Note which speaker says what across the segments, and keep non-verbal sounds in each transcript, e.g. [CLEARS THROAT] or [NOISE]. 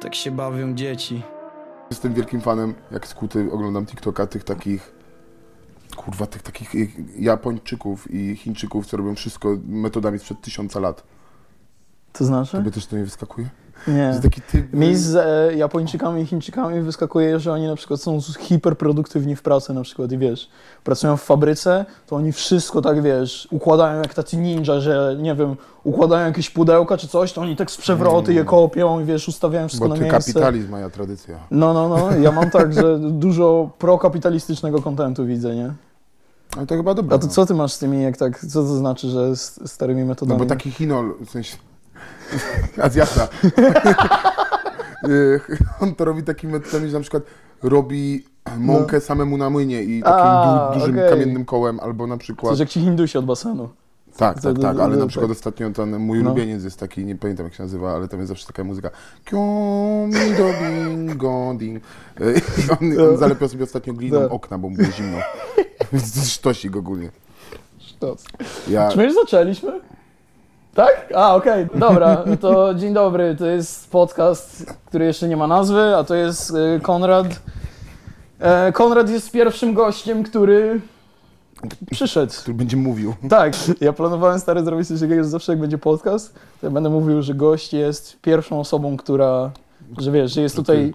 Speaker 1: Tak się bawią dzieci.
Speaker 2: Jestem wielkim fanem, jak skuty oglądam TikToka, tych takich kurwa, tych takich y, Japończyków i Chińczyków, co robią wszystko metodami sprzed tysiąca lat.
Speaker 3: To znaczy?
Speaker 2: Tobie też to nie wyskakuje?
Speaker 3: Tak. Nie.
Speaker 2: Jest taki typ...
Speaker 3: Mi z e, Japończykami i Chińczykami wyskakuje, że oni na przykład są z- hiperproduktywni w pracy na przykład i wiesz, pracują w fabryce, to oni wszystko tak wiesz, układają jak tacy ninja, że nie wiem, układają jakieś pudełka czy coś, to oni tak z przewroty je kopią i wiesz, ustawiają wszystko
Speaker 2: Mm. Bo
Speaker 3: na
Speaker 2: ty
Speaker 3: miejsce.
Speaker 2: kapitalizm, a ja tradycja.
Speaker 3: No, no, no, ja mam tak, że dużo prokapitalistycznego kontentu widzę, nie?
Speaker 2: Ale to chyba dobre.
Speaker 3: A to
Speaker 2: no.
Speaker 3: co ty masz z tymi, jak tak, co to znaczy, że z starymi metodami?
Speaker 2: No bo taki Chinol, w sensie... [LAUGHS] Azjata. [LAUGHS] Y, On to robi takimi metodami, że na przykład robi mąkę samemu na młynie i takim
Speaker 3: No. A,
Speaker 2: du- dużym
Speaker 3: okej.
Speaker 2: kamiennym kołem, albo na
Speaker 3: Coś
Speaker 2: przykład...
Speaker 3: jak ci Hindusi od basenu.
Speaker 2: Tak,
Speaker 3: To-
Speaker 2: tak,
Speaker 3: to-
Speaker 2: tak,
Speaker 3: to-
Speaker 2: ale na
Speaker 3: tak.
Speaker 2: przykład ostatnio ten mój
Speaker 3: No.
Speaker 2: ulubieniec jest taki, nie pamiętam jak się nazywa, ale tam jest zawsze taka muzyka Kion, do, ding, go, ding. I on, on
Speaker 3: No.
Speaker 2: zalepiał sobie ostatnio gliną
Speaker 3: Tak.
Speaker 2: okna, bo mu było zimno. Więc to sztosik ogólnie.
Speaker 3: Sztos.
Speaker 2: Ja,
Speaker 3: Czy my już zaczęliśmy?
Speaker 4: Tak? A, okej, dobra, to dzień dobry, to jest podcast, który jeszcze nie ma nazwy, a to jest y, Konrad. E, Konrad jest pierwszym gościem, który przyszedł.
Speaker 2: który będzie mówił.
Speaker 3: Tak, ja planowałem stary zrobić coś takiego, że zawsze jak będzie podcast, to ja będę mówił, że gość jest pierwszą osobą, która, że wiesz, że jest tutaj...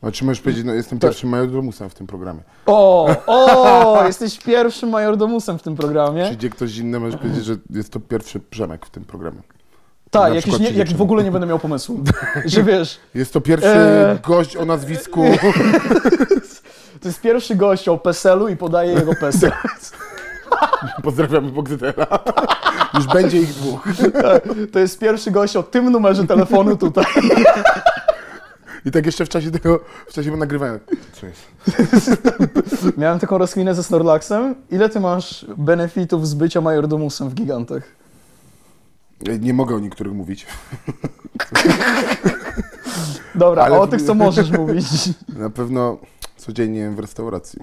Speaker 2: Znaczy możesz powiedzieć, no jestem pierwszym majordomusem w tym programie.
Speaker 3: O, o, jesteś pierwszym majordomusem w tym programie.
Speaker 2: Przyjdzie ktoś inny, możesz powiedzieć, że jest to pierwszy Przemek w tym programie.
Speaker 3: Tak,
Speaker 2: na
Speaker 3: jakiś
Speaker 2: przykład
Speaker 3: nie, jak
Speaker 2: przyjdzie-
Speaker 3: w ogóle nie będę miał pomysłu, że wiesz,
Speaker 2: Jest to pierwszy
Speaker 3: Eee.
Speaker 2: gość o
Speaker 3: [LAUGHS]
Speaker 2: nazwisku...
Speaker 3: to jest pierwszy gość o PESEL-u i podaje jego
Speaker 2: [LAUGHS]
Speaker 3: PESEL.
Speaker 2: Pozdrawiamy Bogdela. Już będzie ich dwóch.
Speaker 3: To jest pierwszy gość o tym numerze telefonu tutaj.
Speaker 2: [LAUGHS] I tak jeszcze w czasie tego, w czasie nagrywania. Co jest?
Speaker 3: Miałem taką rozkminę ze Snorlaxem. Ile ty masz benefitów z bycia majordomusem w gigantach?
Speaker 2: Nie mogę o niektórych
Speaker 3: [LAUGHS]
Speaker 2: mówić.
Speaker 3: Dobra,
Speaker 2: Ale-
Speaker 3: a o tych co możesz mówić.
Speaker 2: Na pewno codziennie jem w restauracji.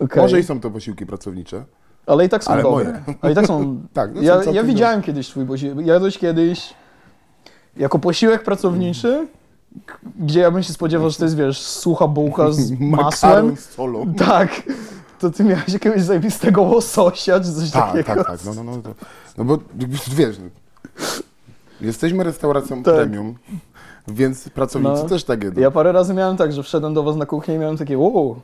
Speaker 3: Okej.
Speaker 2: Może i są to posiłki pracownicze.
Speaker 3: Ale i tak są
Speaker 2: Ale
Speaker 3: dobre.
Speaker 2: moje.
Speaker 3: A i tak są.
Speaker 2: Tak, no są
Speaker 3: ja,
Speaker 2: całkiem
Speaker 3: ja
Speaker 2: dobre.
Speaker 3: widziałem kiedyś twój posiłek. Jadłeś kiedyś jako posiłek pracowniczy, k- gdzie ja bym się spodziewał, że to jest wiesz, sucha bułka z masłem.
Speaker 2: [LAUGHS] Makaron z solą.
Speaker 3: Tak. To ty miałeś jakiegoś zajebistego łososia czy coś
Speaker 2: Tak,
Speaker 3: takiego.
Speaker 2: tak, tak. No, no, no, to, no bo wiesz, no, jesteśmy restauracją
Speaker 3: Tak.
Speaker 2: premium, więc pracownicy
Speaker 3: No.
Speaker 2: też tak jedzą.
Speaker 3: Ja parę razy miałem tak, że wszedłem do was na kuchnię i miałem takie, wow,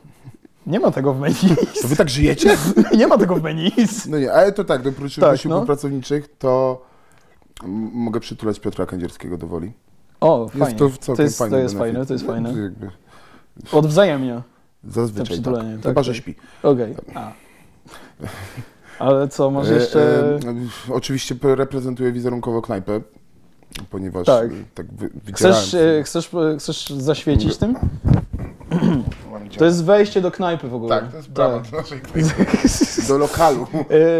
Speaker 3: nie ma tego w menu. [LAUGHS]
Speaker 2: To wy tak żyjecie?
Speaker 3: nie ma tego w menu.
Speaker 2: No nie, ale to tak, do oprócz
Speaker 3: Tak,
Speaker 2: posiłków
Speaker 3: no.
Speaker 2: pracowniczych to m- mogę przytulać Piotra Kędzierskiego do woli.
Speaker 3: O, fajnie.
Speaker 2: Jest to całkiem
Speaker 3: to jest,
Speaker 2: fajny
Speaker 3: to jest
Speaker 2: benefit.
Speaker 3: fajne, to jest fajne.
Speaker 2: Jakby
Speaker 3: Odwzajemnia. To
Speaker 2: Zazwyczaj tak.
Speaker 3: przytulenie, tak,
Speaker 2: Chyba, że
Speaker 3: tak.
Speaker 2: śpi.
Speaker 3: Okej. A. Ale co, może
Speaker 2: E,
Speaker 3: jeszcze...
Speaker 2: e, oczywiście p- reprezentuję wizerunkowo knajpę, ponieważ
Speaker 3: Tak.
Speaker 2: tak, tak wy, wydzierałem
Speaker 3: Chcesz,
Speaker 2: sobie.
Speaker 3: e, chcesz, e, chcesz zaświecić tym? To jest wejście do knajpy w ogóle. Tak.
Speaker 2: Tak, to jest brawa do naszej knajpy.
Speaker 3: [LAUGHS]
Speaker 2: Do lokalu.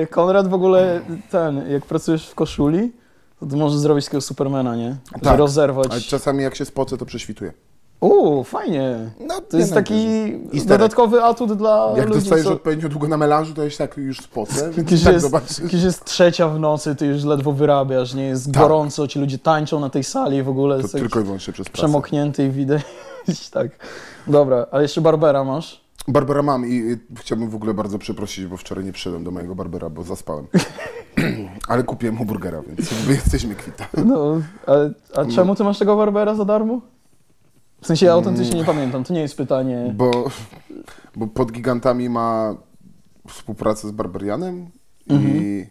Speaker 3: E, Konrad w ogóle, ten, jak pracujesz w koszuli, to ty możesz zrobić takiego Supermana, nie? Że
Speaker 2: Tak. Ale
Speaker 3: rozerwać.
Speaker 2: czasami jak się spocę, to prześwituję.
Speaker 3: Uuu, fajnie.
Speaker 2: No,
Speaker 3: To jest taki no,
Speaker 2: Easter egg.
Speaker 3: dodatkowy atut dla
Speaker 2: Jak
Speaker 3: ludzi,
Speaker 2: dostajesz
Speaker 3: co...
Speaker 2: odpowiednio długo na melanżu, to ja się tak już
Speaker 3: [LAUGHS]
Speaker 2: spocę, więc
Speaker 3: Kiedy
Speaker 2: tak
Speaker 3: jest,
Speaker 2: zobaczysz.
Speaker 3: kiedy jest trzecia w nocy, ty już ledwo wyrabiasz, nie? Jest
Speaker 2: Tak.
Speaker 3: gorąco, ci ludzie tańczą na tej sali w ogóle.
Speaker 2: To
Speaker 3: jest tak
Speaker 2: tylko i wyłącznie przez pracę.
Speaker 3: przemoknięty i widać, [LAUGHS] tak. Dobra, ale jeszcze Barbera masz?
Speaker 2: Barbara mam i y, chciałbym w ogóle bardzo przeprosić, bo wczoraj nie przyszedłem do mojego Barbera, bo
Speaker 3: [LAUGHS]
Speaker 2: zaspałem. Ale kupiłem mu burgera, więc jakby jesteśmy kwita.
Speaker 3: No, a, a czemu ty masz tego Barbera za darmo? W sensie ja autentycznie nie pamiętam, to nie jest pytanie.
Speaker 2: Bo, bo pod gigantami ma współpracę z Barberianem
Speaker 3: Mhm.
Speaker 2: i,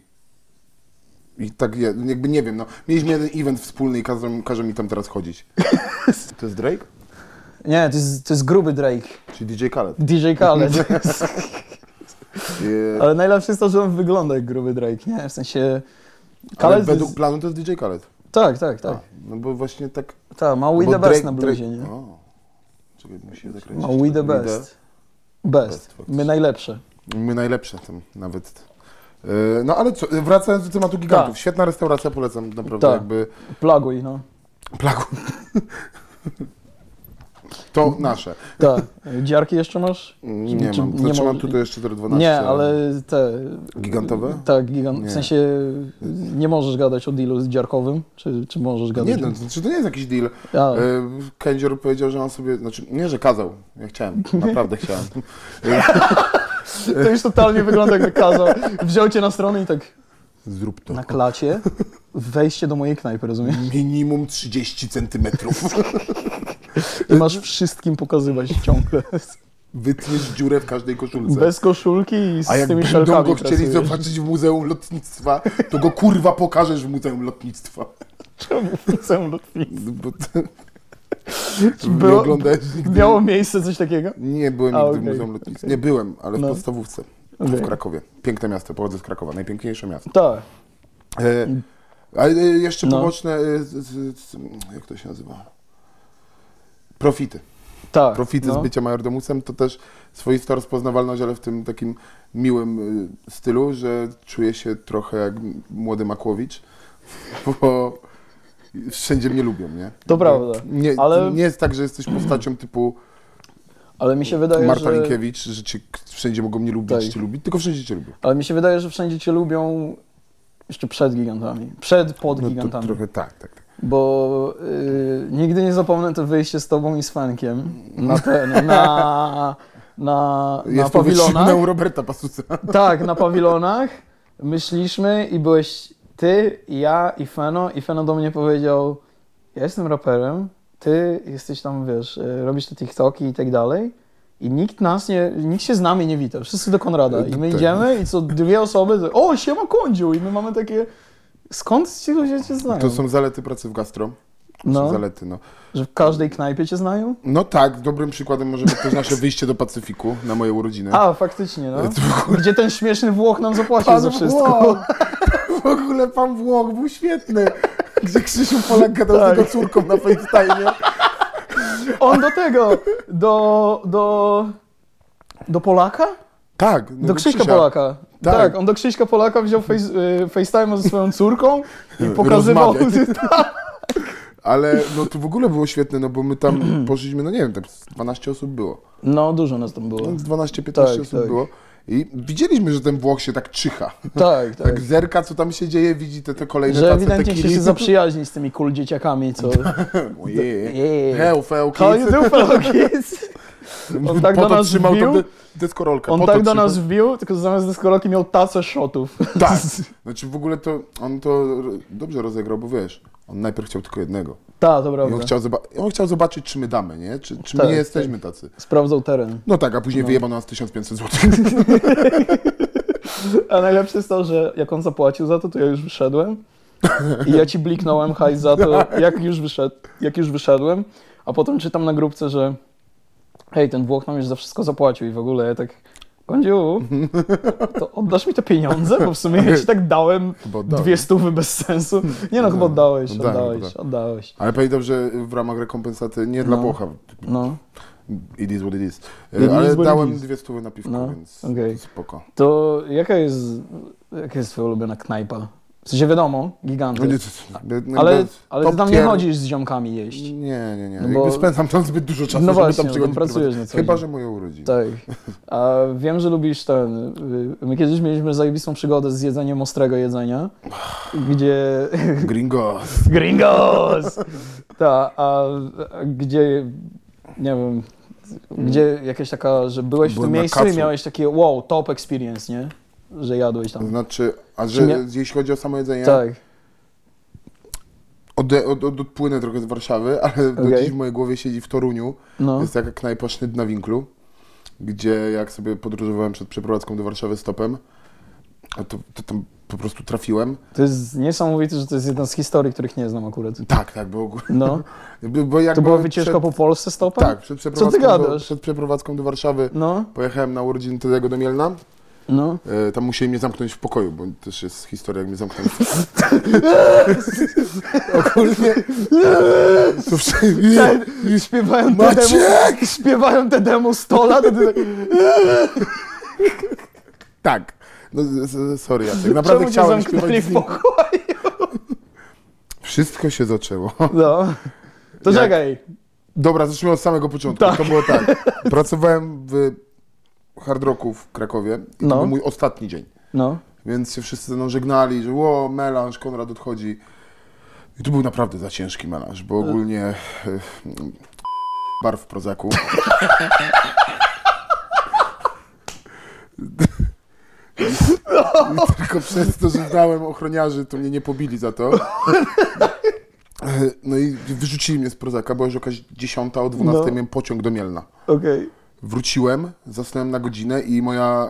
Speaker 2: i tak je- jakby nie wiem, no. Mieliśmy jeden event wspólny i każą, każą mi tam teraz
Speaker 3: [LAUGHS]
Speaker 2: chodzić. To jest Drake?
Speaker 3: Nie, to jest, to jest gruby Drake,
Speaker 2: Czy DJ Khaled?
Speaker 3: DJ
Speaker 2: [LAUGHS]
Speaker 3: Khaled.
Speaker 2: Je-
Speaker 3: ale najlepsze jest to, że on wygląda jak gruby Drake, nie? W sensie...
Speaker 2: Ale
Speaker 3: Khaled
Speaker 2: według
Speaker 3: jest...
Speaker 2: planu to jest DJ Khaled.
Speaker 3: Tak, tak, tak.
Speaker 2: A, no bo właśnie tak...
Speaker 3: Tak, ma We
Speaker 2: bo
Speaker 3: The Best
Speaker 2: Drake-
Speaker 3: na
Speaker 2: Drake-
Speaker 3: bluzie, nie?
Speaker 2: O. Czekaj, musi zakręcić.
Speaker 3: Ma We The Best. Best.
Speaker 2: faktycznie.
Speaker 3: My najlepsze.
Speaker 2: My najlepsze tam nawet. E, No ale co, wracając do tematu gigantów.
Speaker 3: Tak.
Speaker 2: Świetna restauracja, polecam naprawdę
Speaker 3: Tak.
Speaker 2: jakby...
Speaker 3: Plaguj, no.
Speaker 2: Plagu. To nasze.
Speaker 3: Tak. Dziarki jeszcze masz?
Speaker 2: Nie
Speaker 3: Mm, Czy-
Speaker 2: mam.
Speaker 3: nie
Speaker 2: Znaczy
Speaker 3: ma-
Speaker 2: mam tutaj jeszcze 0,12.
Speaker 3: Nie, ale te...
Speaker 2: Gigantowe?
Speaker 3: Tak, gigant.
Speaker 2: Nie.
Speaker 3: W sensie nie możesz gadać o dealu z dziarkowym, czy, czy możesz gadać?
Speaker 2: Nie, no, znaczy to nie jest jakiś deal.
Speaker 3: A,
Speaker 2: E, Kędzior powiedział, że on sobie, znaczy nie, że kazał, ja chciałem, naprawdę
Speaker 3: [LAUGHS]
Speaker 2: chciałem.
Speaker 3: to już totalnie wygląda jakby kazał. Wziął cię na stronę i tak
Speaker 2: Zrób to.
Speaker 3: na klacie wejście do mojej knajpy, rozumiesz?
Speaker 2: Minimum 30
Speaker 3: [LAUGHS]
Speaker 2: centymetrów.
Speaker 3: I masz wszystkim pokazywać
Speaker 2: [LAUGHS]
Speaker 3: ciągle.
Speaker 2: Wytniesz dziurę w każdej koszulce.
Speaker 3: Bez koszulki i z
Speaker 2: A jak
Speaker 3: tymi
Speaker 2: będą
Speaker 3: szelkami
Speaker 2: go chcieli
Speaker 3: pracujesz.
Speaker 2: zobaczyć w Muzeum Lotnictwa, to go kurwa pokażesz w Muzeum
Speaker 3: [LAUGHS]
Speaker 2: Lotnictwa.
Speaker 3: [LAUGHS] Czemu w Muzeum Lotnictwa?
Speaker 2: No Bo to...
Speaker 3: Było-
Speaker 2: nie oglądałeś nigdy.
Speaker 3: Miało miejsce coś takiego?
Speaker 2: Nie byłem
Speaker 3: A,
Speaker 2: nigdy w
Speaker 3: okej,
Speaker 2: Muzeum Lotnictwa. Nie byłem, ale w
Speaker 3: No.
Speaker 2: podstawówce
Speaker 3: Okej.
Speaker 2: w Krakowie. Piękne miasto, pochodzę z Krakowa, najpiękniejsze miasto.
Speaker 3: Tak.
Speaker 2: E, a e, jeszcze
Speaker 3: Mm. No.
Speaker 2: poboczne, e, z, z, z, jak to się nazywa? Profity.
Speaker 3: Tak.
Speaker 2: Profity z
Speaker 3: no.
Speaker 2: bycia majordomusem to też swoista rozpoznawalność, ale w tym takim miłym y, stylu, że czuję się trochę jak m- młody Makłowicz, [LAUGHS] bo wszędzie mnie lubią, nie? E,
Speaker 3: To prawda,
Speaker 2: Nie,
Speaker 3: ale-
Speaker 2: nie jest tak, że jesteś postacią typu
Speaker 3: Ale mi się wydaje,
Speaker 2: Marta
Speaker 3: że...
Speaker 2: Linkiewicz, że cię k- wszędzie mogą mnie lubić,
Speaker 3: Tak.
Speaker 2: cię lubić, tylko wszędzie cię lubią.
Speaker 3: Ale mi się wydaje, że wszędzie cię lubią jeszcze przed gigantami. Przed, pod
Speaker 2: No to
Speaker 3: gigantami.
Speaker 2: trochę tak, tak, tak.
Speaker 3: Bo y, nigdy nie zapomnę to wyjście z tobą i z Fankiem na ten,
Speaker 2: [LAUGHS]
Speaker 3: na, na, na
Speaker 2: Jest to
Speaker 3: pawilonach.
Speaker 2: wytrzymane u Roberta
Speaker 3: [LAUGHS]
Speaker 2: Pasusa.
Speaker 3: Tak, na pawilonach. Myśliśmy i byłeś ty, i ja i Feno. I Feno do mnie powiedział, ja jestem raperem, ty jesteś tam, wiesz, y, robisz te TikToki i tak dalej. I nikt nas nie, nikt się z nami nie wita, wszyscy do Konrada. I my
Speaker 2: Tak.
Speaker 3: idziemy i co dwie osoby, to, o, siema Kondziu! I my mamy takie, skąd ci ludzie cię znają?
Speaker 2: To są zalety pracy w gastro. To
Speaker 3: Tak. No.
Speaker 2: są zalety, no.
Speaker 3: Że w każdej knajpie cię znają?
Speaker 2: No tak, dobrym przykładem może być też nasze wyjście do Pacyfiku na moje urodziny.
Speaker 3: A, faktycznie, no.
Speaker 2: To
Speaker 3: Gdzie ten śmieszny Włoch nam zapłacił
Speaker 2: Pan
Speaker 3: za wszystko.
Speaker 2: Włoch. [LAUGHS] W ogóle pan Włoch był świetny. Gdzie Krzysiu Polak gadał z
Speaker 3: Tak.
Speaker 2: jego córką na FaceTime.
Speaker 3: On do tego, do, do, do Polaka?
Speaker 2: Tak. no
Speaker 3: Do Krzyśka
Speaker 2: Krzysia.
Speaker 3: Polaka.
Speaker 2: Tak.
Speaker 3: Tak. on do Krzyśka Polaka wziął face, y, FaceTime'a ze swoją córką i
Speaker 2: [LAUGHS]
Speaker 3: pokazywał...
Speaker 2: Rozmawiaj. Tak. Ale no to w ogóle było świetne, no bo my
Speaker 3: [CLEARS THROAT]
Speaker 2: tam poszliśmy, no nie wiem, tam z 12 osób było.
Speaker 3: No, dużo nas tam było.
Speaker 2: No, z 12-15
Speaker 3: Tak,
Speaker 2: osób
Speaker 3: tak.
Speaker 2: było. I widzieliśmy, że ten Włoch się tak czyha.
Speaker 3: Tak, tak.
Speaker 2: Tak zerka, co tam się dzieje, widzi te, te kolejne
Speaker 3: Że
Speaker 2: tace
Speaker 3: ewidentnie
Speaker 2: tequili.
Speaker 3: się, się zaprzyjaźni z tymi cool
Speaker 2: [LAUGHS]
Speaker 3: dzieciakami, co...
Speaker 2: Ojej.
Speaker 3: Ej.
Speaker 2: Hell, fell,
Speaker 3: How you do, fellow
Speaker 2: [LAUGHS]
Speaker 3: kids? On tak
Speaker 2: po
Speaker 3: do
Speaker 2: to
Speaker 3: nas
Speaker 2: trzymał
Speaker 3: wbił.
Speaker 2: tą de- deskorolkę.
Speaker 3: On
Speaker 2: po to
Speaker 3: tak do
Speaker 2: trzymał-
Speaker 3: nas wbił, tylko zamiast deskorolki miał tacę shotów. [LAUGHS]
Speaker 2: Tak. Znaczy w ogóle to on to r- dobrze rozegrał, bo wiesz, on najpierw chciał tylko jednego.
Speaker 3: Tak, to
Speaker 2: I
Speaker 3: prawda.
Speaker 2: on, chciał zoba- on chciał zobaczyć, czy my damy, nie? Czy, czy my
Speaker 3: Tak,
Speaker 2: nie jesteśmy tacy.
Speaker 3: Sprawdzał teren.
Speaker 2: No tak, a później wyjebano nas 1500 zł.
Speaker 3: [LAUGHS] A najlepsze jest to, że jak on zapłacił za to, to ja już wyszedłem. I ja ci bliknąłem hajs za to,
Speaker 2: [LAUGHS]
Speaker 3: jak już, wyszedł, jak już wyszedłem. A potem czytam na grupce, że hej, ten Włoch nam już za wszystko zapłacił i w ogóle ja tak, Kondziu, to oddasz mi te pieniądze? Bo w sumie ja ci tak dałem
Speaker 2: Bo oddałem.
Speaker 3: dwie stówy bez sensu. Nie no, chyba
Speaker 2: Oddałem,
Speaker 3: oddałeś,
Speaker 2: oddałem,
Speaker 3: oddałeś,
Speaker 2: oddałem.
Speaker 3: oddałeś.
Speaker 2: Ale pamiętam, że w ramach rekompensaty nie dla
Speaker 3: No.
Speaker 2: Włocha.
Speaker 3: No,
Speaker 2: It is what it is.
Speaker 3: It is
Speaker 2: Ale
Speaker 3: what it
Speaker 2: dałem
Speaker 3: is.
Speaker 2: dwie stówy na piwko,
Speaker 3: No,
Speaker 2: więc
Speaker 3: okej.
Speaker 2: spoko.
Speaker 3: to jaka jest, jaka jest twoja ulubiona knajpa? W sensie wiadomo,
Speaker 2: No nie,
Speaker 3: giganty.
Speaker 2: to- to- jakby
Speaker 3: Ale, ale ty
Speaker 2: top
Speaker 3: tam nie
Speaker 2: tier-
Speaker 3: chodzisz z ziomkami jeść.
Speaker 2: Nie, nie, nie.
Speaker 3: No bo-
Speaker 2: Jakby spędzam tam zbyt dużo czasu,
Speaker 3: No
Speaker 2: żeby
Speaker 3: właśnie,
Speaker 2: tam
Speaker 3: no
Speaker 2: przychodzić.
Speaker 3: tam pracujesz
Speaker 2: prywatnie.
Speaker 3: na co
Speaker 2: Chyba,
Speaker 3: dzień.
Speaker 2: że moje urodziny.
Speaker 3: Tak. A wiem, że lubisz ten. y, My kiedyś mieliśmy zajebistą przygodę z jedzeniem ostrego jedzenia, gdzie.
Speaker 2: [LAUGHS] Gringos.
Speaker 3: Gringos! [LAUGHS] Ta, a, a gdzie. Nie wiem. Gdzie jakaś taka, że byłeś w
Speaker 2: Byłem
Speaker 3: tym
Speaker 2: na
Speaker 3: miejscu i
Speaker 2: kacu.
Speaker 3: miałeś takie wow, top experience, nie? Że jadłeś tam.
Speaker 2: Znaczy, a
Speaker 3: Czy
Speaker 2: że
Speaker 3: nie-
Speaker 2: jeśli chodzi o samo jedzenie,
Speaker 3: Tak.
Speaker 2: Od, od, od, odpłynę trochę z Warszawy, ale do
Speaker 3: Okej.
Speaker 2: dziś w mojej głowie siedzi w Toruniu.
Speaker 3: No.
Speaker 2: Jest tak taka knajpa Sznyd na Winklu, gdzie jak sobie podróżowałem przed przeprowadzką do Warszawy stopem, a to, to tam po prostu trafiłem.
Speaker 3: To jest niesamowite, że to jest jedna z historii, których nie znam akurat.
Speaker 2: Tak, tak, bo, ogólnie-
Speaker 3: No.
Speaker 2: bo, bo jak
Speaker 3: To była wycieczka po Polsce stopem?
Speaker 2: Tak, przed przeprowadzką, do,
Speaker 3: gadasz?
Speaker 2: przed przeprowadzką do Warszawy
Speaker 3: No,
Speaker 2: pojechałem na urodziny Tadego do Mielna.
Speaker 3: no.
Speaker 2: E, tam musieli mnie zamknąć w pokoju, bo też jest historia, jak mnie zamknęli. [LAUGHS]
Speaker 3: [LAUGHS]
Speaker 2: Ogólnie... To wszędzie...
Speaker 3: Śpiewają te demo,
Speaker 2: Tak. Maciek!
Speaker 3: śpiewają te demo 100 lat, a ty tak...
Speaker 2: Tak. No, z- z- sorry, Jacek. Naprawdę chciałem śpiewać z nim.
Speaker 3: pokoju?
Speaker 2: Wszystko się zaczęło. [LAUGHS]
Speaker 3: No. To
Speaker 2: Jak?
Speaker 3: czekaj.
Speaker 2: Dobra, zacznijmy od samego początku. To było tak. Pracowałem w Hard Rocku w Krakowie. I
Speaker 3: No.
Speaker 2: To był mój ostatni dzień.
Speaker 3: No.
Speaker 2: Więc się wszyscy ze mną żegnali, że o, melanż, Konrad odchodzi. I to był naprawdę za ciężki melanż, bo ogólnie e, mm, bar w Prozaku. I tylko przez to, że znałem ochroniarzy, to mnie nie pobili za to. E, No i wyrzucili mnie z Prozaka, była już jakaś 10 o 12
Speaker 3: No.
Speaker 2: miałem pociąg do Mielna.
Speaker 3: Okej.
Speaker 2: Wróciłem, zasnąłem na godzinę i moja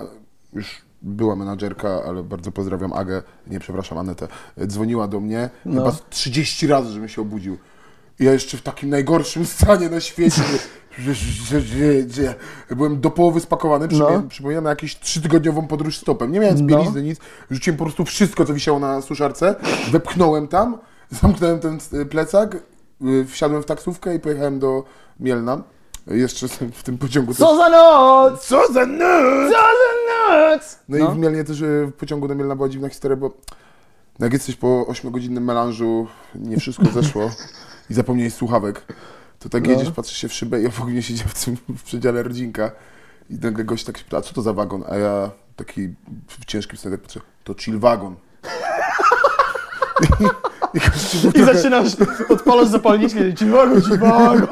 Speaker 2: już była menadżerka, ale bardzo pozdrawiam Agę, nie przepraszam Anetę, dzwoniła do mnie
Speaker 3: No.
Speaker 2: chyba 30 razy, żebym się obudził. I ja jeszcze w takim najgorszym stanie na świecie. że- że- że- że- że- Byłem do połowy spakowany, przypomina- przypominam na jakąś trzytygodniową podróż stopem. Nie miałem bielizny, nic. Rzuciłem po prostu wszystko, co wisiało na suszarce, wepchnąłem tam, [LAUGHS] zamknąłem ten y, plecak, y, wsiadłem w taksówkę i pojechałem do Mielna. E, Jeszcze [LAUGHS] w tym pociągu też-
Speaker 3: Co za noc!
Speaker 2: co za noc!
Speaker 3: Co za noc!
Speaker 2: No, i w Mielnie też y, w pociągu do Mielna była dziwna historia, bo no jak jesteś po 8-godzinnym melanżu, nie wszystko zeszło i zapomniałeś słuchawek, to tak jedziesz, patrzysz się w szybę i obok mnie siedział w tym w przedziale rodzinka i nagle gość tak się pyta, a co to za wagon? A ja taki w ciężkim stanie tak patrzę, to chill wagon. I, i gościu był
Speaker 3: I
Speaker 2: trochę-
Speaker 3: zaczynasz, odpalasz zapalniczkę, ci wago, ci wago.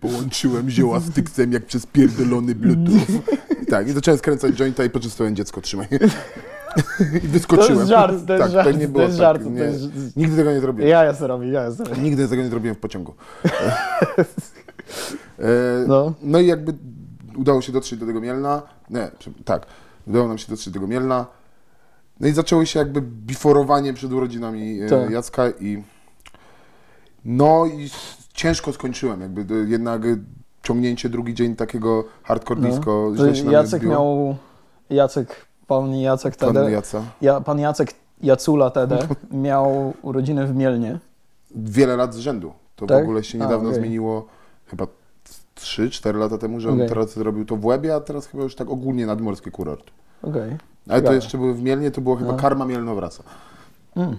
Speaker 2: Połączyłem zioła z tyksem jak przez pierdolony bluetooth. Tak, i zacząłem skręcać jointa i poczęstowałem dziecko, trzymaj. [LAUGHS] I
Speaker 3: To
Speaker 2: wyskoczyłem.
Speaker 3: jest żart, to jest
Speaker 2: tak,
Speaker 3: żart,
Speaker 2: to nie było
Speaker 3: jest
Speaker 2: tak,
Speaker 3: żart.
Speaker 2: nie,
Speaker 3: To jest...
Speaker 2: Nigdy tego nie zrobiłem.
Speaker 3: Ja ja robię, ja ja robię.
Speaker 2: Nigdy tego nie zrobiłem w
Speaker 3: [LAUGHS]
Speaker 2: pociągu. E,
Speaker 3: No.
Speaker 2: no. i jakby udało się dotrzeć do tego Mielna. Nie, prze- tak, udało nam się dotrzeć do tego Mielna. No i zaczęło się jakby biforowanie przed urodzinami e,
Speaker 3: Tak.
Speaker 2: Jacka i no i s- ciężko skończyłem, jakby d- jednak e, ciągnięcie drugi dzień takiego hardcore disco.
Speaker 3: No. To
Speaker 2: źle się No. na mnie
Speaker 3: Jacek
Speaker 2: odbiło.
Speaker 3: miał, Jacek, pan Jacek
Speaker 2: Pan
Speaker 3: Tede,
Speaker 2: Jaca.
Speaker 3: ja, pan Jacek Jacula Tede miał urodziny w Mielnie.
Speaker 2: Wiele lat z rzędu. To
Speaker 3: Tak?
Speaker 2: w ogóle się
Speaker 3: A,
Speaker 2: niedawno
Speaker 3: okej.
Speaker 2: zmieniło, chyba 3-4 lata temu, że on
Speaker 3: Okej.
Speaker 2: teraz zrobił to w Łebie, a teraz chyba już tak ogólnie nadmorski kurort.
Speaker 3: Okej.
Speaker 2: Ale to
Speaker 3: Ciekawe.
Speaker 2: jeszcze były w Mielnie, to było chyba
Speaker 3: No.
Speaker 2: Karma Mielnowraca.
Speaker 3: Mm.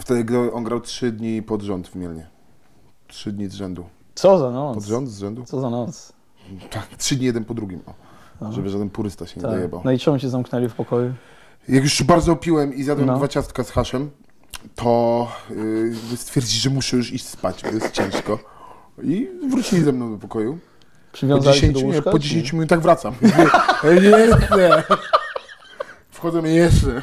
Speaker 2: Wtedy gdy on grał 3 dni pod rząd w Mielnie. 3 dni z rzędu.
Speaker 3: Co za
Speaker 2: Pod
Speaker 3: noc?
Speaker 2: rząd z rzędu?
Speaker 3: Co za noc?
Speaker 2: Tak, 3 dni jeden po drugim. O.
Speaker 3: Aha.
Speaker 2: Żeby żaden purysta się nie
Speaker 3: No. Tak.
Speaker 2: dojebał.
Speaker 3: No i czemu się zamknęli w pokoju?
Speaker 2: Jak już bardzo opiłem i zjadłem
Speaker 3: No.
Speaker 2: dwa ciastka z haszem, to yy, stwierdzili, że muszę już iść spać, bo jest ciężko. I wrócili ze mną do pokoju. Po
Speaker 3: Przywiązali się
Speaker 2: 10,
Speaker 3: do
Speaker 2: nie,
Speaker 3: łóżka?
Speaker 2: po 10 minutach wracam. Jeszcze!
Speaker 3: [LAUGHS]
Speaker 2: Wchodzą jeszcze.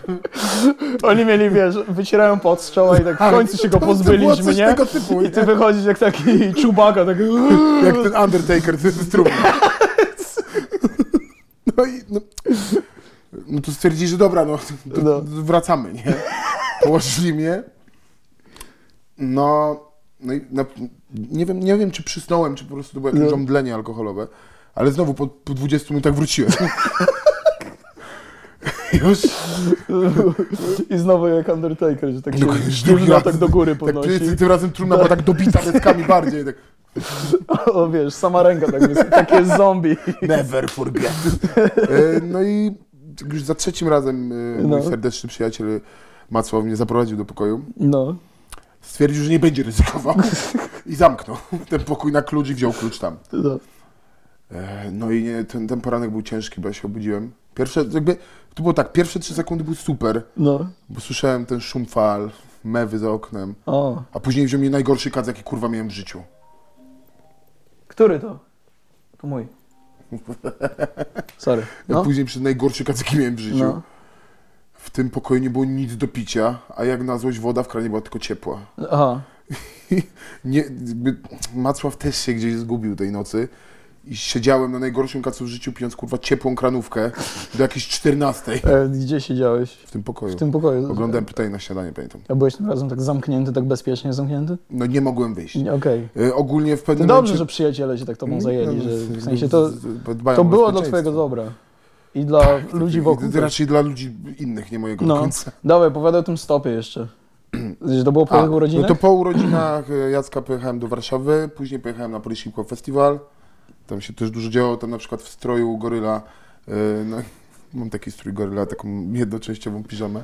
Speaker 3: Oni mieli, wiesz, wycierają pot z czoła i tak w
Speaker 2: Ale
Speaker 3: końcu się go
Speaker 2: to- to było
Speaker 3: pozbyliśmy,
Speaker 2: coś
Speaker 3: nie?
Speaker 2: tego typu,
Speaker 3: I ty wychodzisz jak taki [LAUGHS] czubaka, tak...
Speaker 2: Jak ten Undertaker z z trumny. No i no, no to stwierdzili, że dobra, no, to,
Speaker 3: No.
Speaker 2: to wracamy, nie? Położyli mnie. No, no i na, nie, wiem, nie wiem, czy przysnąłem, czy po prostu to było
Speaker 3: No.
Speaker 2: jakieś żądlenie alkoholowe, ale znowu po, po 20 minutach
Speaker 3: [LAUGHS]
Speaker 2: wróciłem. Już
Speaker 3: I znowu jak Undertaker, że tak się
Speaker 2: No, już drugi
Speaker 3: drugi
Speaker 2: raz.
Speaker 3: tak do góry
Speaker 2: tak,
Speaker 3: podnosi.
Speaker 2: tym- tym razem trumna była tak dobita deckami bardziej. Tak.
Speaker 3: O wiesz, sama ręka tak jest, takie zombie.
Speaker 2: Never forget. [LAUGHS] E, No i już za trzecim razem e, mój
Speaker 3: No.
Speaker 2: serdeczny przyjaciel Macław mnie zaprowadził do pokoju.
Speaker 3: No.
Speaker 2: Stwierdził, że nie będzie ryzykował i zamknął ten pokój na klucz i wziął klucz tam.
Speaker 3: no.
Speaker 2: E, No i nie, ten, ten poranek był ciężki, bo ja się obudziłem. Pierwsze, jakby, to było tak, pierwsze trzy sekundy były super,
Speaker 3: No.
Speaker 2: bo słyszałem ten szum fal, mewy za oknem,
Speaker 3: O.
Speaker 2: a później wziął mnie najgorszy kadz, jaki kurwa miałem w życiu.
Speaker 3: Który to? To mój. Sorry.
Speaker 2: A
Speaker 3: No.
Speaker 2: później przyszedł najgorszy kadz, jaki miałem w życiu.
Speaker 3: No.
Speaker 2: W tym pokoju nie było nic do picia, a jak na złość woda w kranie była tylko ciepła.
Speaker 3: Aha.
Speaker 2: Nie, jakby, Macław też się gdzieś zgubił tej nocy i siedziałem na najgorszym kacu w życiu, pijąc kurwa ciepłą kranówkę do jakiejś 14
Speaker 3: E, gdzie siedziałeś?
Speaker 2: w tym pokoju.
Speaker 3: W tym pokoju.
Speaker 2: Oglądałem pytanie na śniadanie, pamiętam.
Speaker 3: A byłeś tym razem tak zamknięty, tak bezpiecznie zamknięty?
Speaker 2: No nie mogłem wyjść.
Speaker 3: Nie, Okej.
Speaker 2: Y, Ogólnie w
Speaker 3: To
Speaker 2: pewnym
Speaker 3: dobrze, że
Speaker 2: momencie...
Speaker 3: przyjaciele się tak tobą
Speaker 2: No,
Speaker 3: zajęli,
Speaker 2: no,
Speaker 3: że w
Speaker 2: z-
Speaker 3: sensie to,
Speaker 2: z- z- dbają
Speaker 3: to
Speaker 2: o
Speaker 3: było
Speaker 2: bezpieczeństwo.
Speaker 3: dla twojego dobra. I dla ludzi wokół.
Speaker 2: I
Speaker 3: też.
Speaker 2: Raczej dla ludzi innych, nie mojego do
Speaker 3: No.
Speaker 2: końca.
Speaker 3: Dawaj, opowiadaj o tym stopie jeszcze. Że to było po
Speaker 2: A,
Speaker 3: jego urodzinach?
Speaker 2: no to po urodzinach y, Jacka pojechałem do Warszawy, później pojechałem na Polish Hip Hop Festival. Tam się też dużo działo, tam na przykład w stroju goryla, y, no, mam taki strój goryla, taką jednoczęściową piżamę.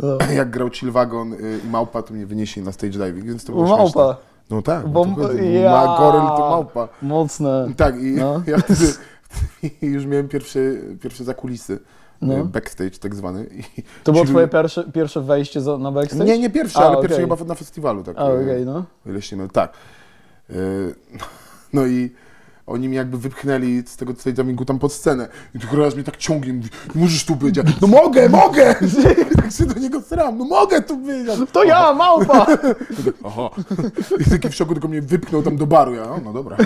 Speaker 3: No.
Speaker 2: e, Jak grał Chill Wagon y, i Małpa, to mnie wynieśli na stage diving, więc to było śmieszne.
Speaker 3: Małpa.
Speaker 2: No tak,
Speaker 3: Bo-
Speaker 2: bo
Speaker 3: ja.
Speaker 2: ma goryl to małpa.
Speaker 3: Mocne.
Speaker 2: Tak, i
Speaker 3: No.
Speaker 2: [LAUGHS] ja wtedy, wtedy już miałem pierwszy, pierwszy zakulisy,
Speaker 3: No.
Speaker 2: e, backstage tak zwany. I
Speaker 3: To było
Speaker 2: ci
Speaker 3: twoje
Speaker 2: ludzie-
Speaker 3: pierwsze, pierwsze wejście za, na backstage?
Speaker 2: Nie, nie pierwszy,
Speaker 3: A,
Speaker 2: ale
Speaker 3: okej.
Speaker 2: pierwszy chyba na festiwalu. Tak,
Speaker 3: A, okej,
Speaker 2: e,
Speaker 3: no.
Speaker 2: O ile się nie mylę, tak. E, [LAUGHS] No i oni mnie jakby wypchnęli z tego stage'ingu tam pod scenę. I tylko raz mnie tak ciągnie, mówi, nie możesz tu być. Ja, no mogę, mogę! [LAUGHS] tak się do niego sram, no mogę tu być. Ja,
Speaker 3: To ja, małpa! [LAUGHS]
Speaker 2: Aha. I taki w szoku tylko mnie wypchnął tam do baru. Ja, o, no dobra.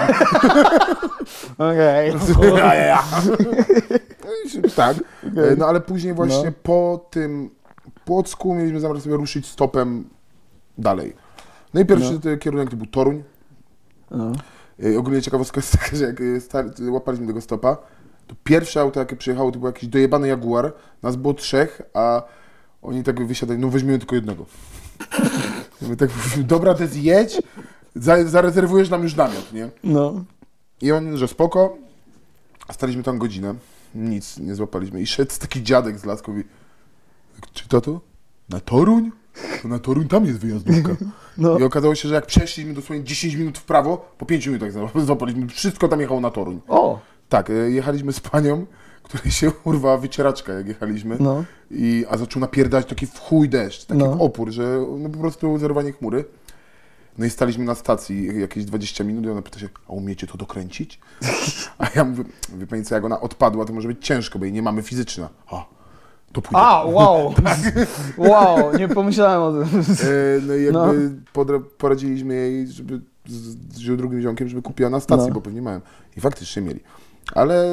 Speaker 3: Okej.
Speaker 2: ja, ja, ja. I się- tak. E, No ale później właśnie
Speaker 3: No.
Speaker 2: po tym Płocku mieliśmy zamiar sobie ruszyć stopem dalej. No i pierwszy e, kierunek to był Toruń.
Speaker 3: No.
Speaker 2: Yy, ogólnie ciekawostka jest [LAUGHS] taka, że jak yy, star- yy, łapaliśmy tego stopa, to pierwsze auto, jakie przyjechało, to był jakiś dojebany Jaguar. Nas było trzech, a oni tak wysiadali, no weźmiemy tylko jednego. [LAUGHS] I My tak mówimy, dobra, to jest jedź, za- zarezerwujesz nam już namiot, nie?
Speaker 3: No.
Speaker 2: I on, że spoko, staliśmy tam godzinę, nic nie złapaliśmy. I szedł taki dziadek z laską i czy to tu? Na Toruń? To na Toruń tam jest wyjazdówka.
Speaker 3: No.
Speaker 2: I okazało się, że jak przeszliśmy dosłownie 10 minut w prawo, po 5 minutach zła- złapaliśmy, wszystko tam jechało na Toruń.
Speaker 3: O!
Speaker 2: Tak, e, jechaliśmy z panią, której się [LAUGHS] urwała wycieraczka, jak jechaliśmy,
Speaker 3: No.
Speaker 2: i, a zaczął napierdać taki w chuj deszcz, taki
Speaker 3: No.
Speaker 2: opór, że no, po prostu zerwanie chmury. No i staliśmy na stacji jakieś 20 minut i ona pyta się, a umiecie to dokręcić? [LAUGHS] A ja mówię, wie pani co, jak ona odpadła, to może być ciężko, bo jej nie mamy fizyczna. A, to pójdę. [LAUGHS]
Speaker 3: A, wow! Wow, nie pomyślałem o tym.
Speaker 2: E, no i jakby
Speaker 3: No.
Speaker 2: podra- poradziliśmy jej, żeby z, z jej drugim ziomkiem, żeby kupiła na stacji,
Speaker 3: No.
Speaker 2: bo pewnie mają. I faktycznie mieli. Ale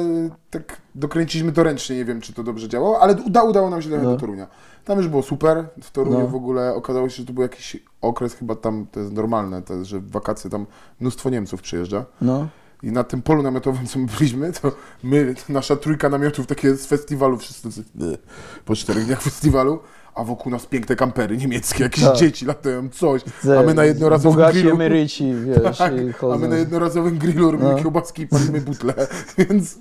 Speaker 2: tak dokręciliśmy to ręcznie, nie wiem czy to dobrze działało, ale uda, udało nam się dojechać
Speaker 3: No.
Speaker 2: do Torunia. Tam już było super, w Toruniu
Speaker 3: No.
Speaker 2: w ogóle okazało się, że to był jakiś okres chyba tam, to jest normalne, to jest, że w wakacje tam mnóstwo Niemców przyjeżdża.
Speaker 3: No.
Speaker 2: I na tym polu namiotowym, co my byliśmy, to my, to nasza trójka namiotów, takie z festiwalu, wszyscy tacy, "Ble", po czterech dniach festiwalu, a wokół nas piękne kampery niemieckie, jakieś
Speaker 3: Tak.
Speaker 2: dzieci latają, coś, a my na jednorazowym
Speaker 3: Bogaci
Speaker 2: grillu...
Speaker 3: [LAUGHS] emeryci, wiesz,
Speaker 2: Tak,
Speaker 3: i
Speaker 2: a my
Speaker 3: chodzą.
Speaker 2: na jednorazowym grillu robimy
Speaker 3: No.
Speaker 2: kiełbaski i palimy butle, [LAUGHS] więc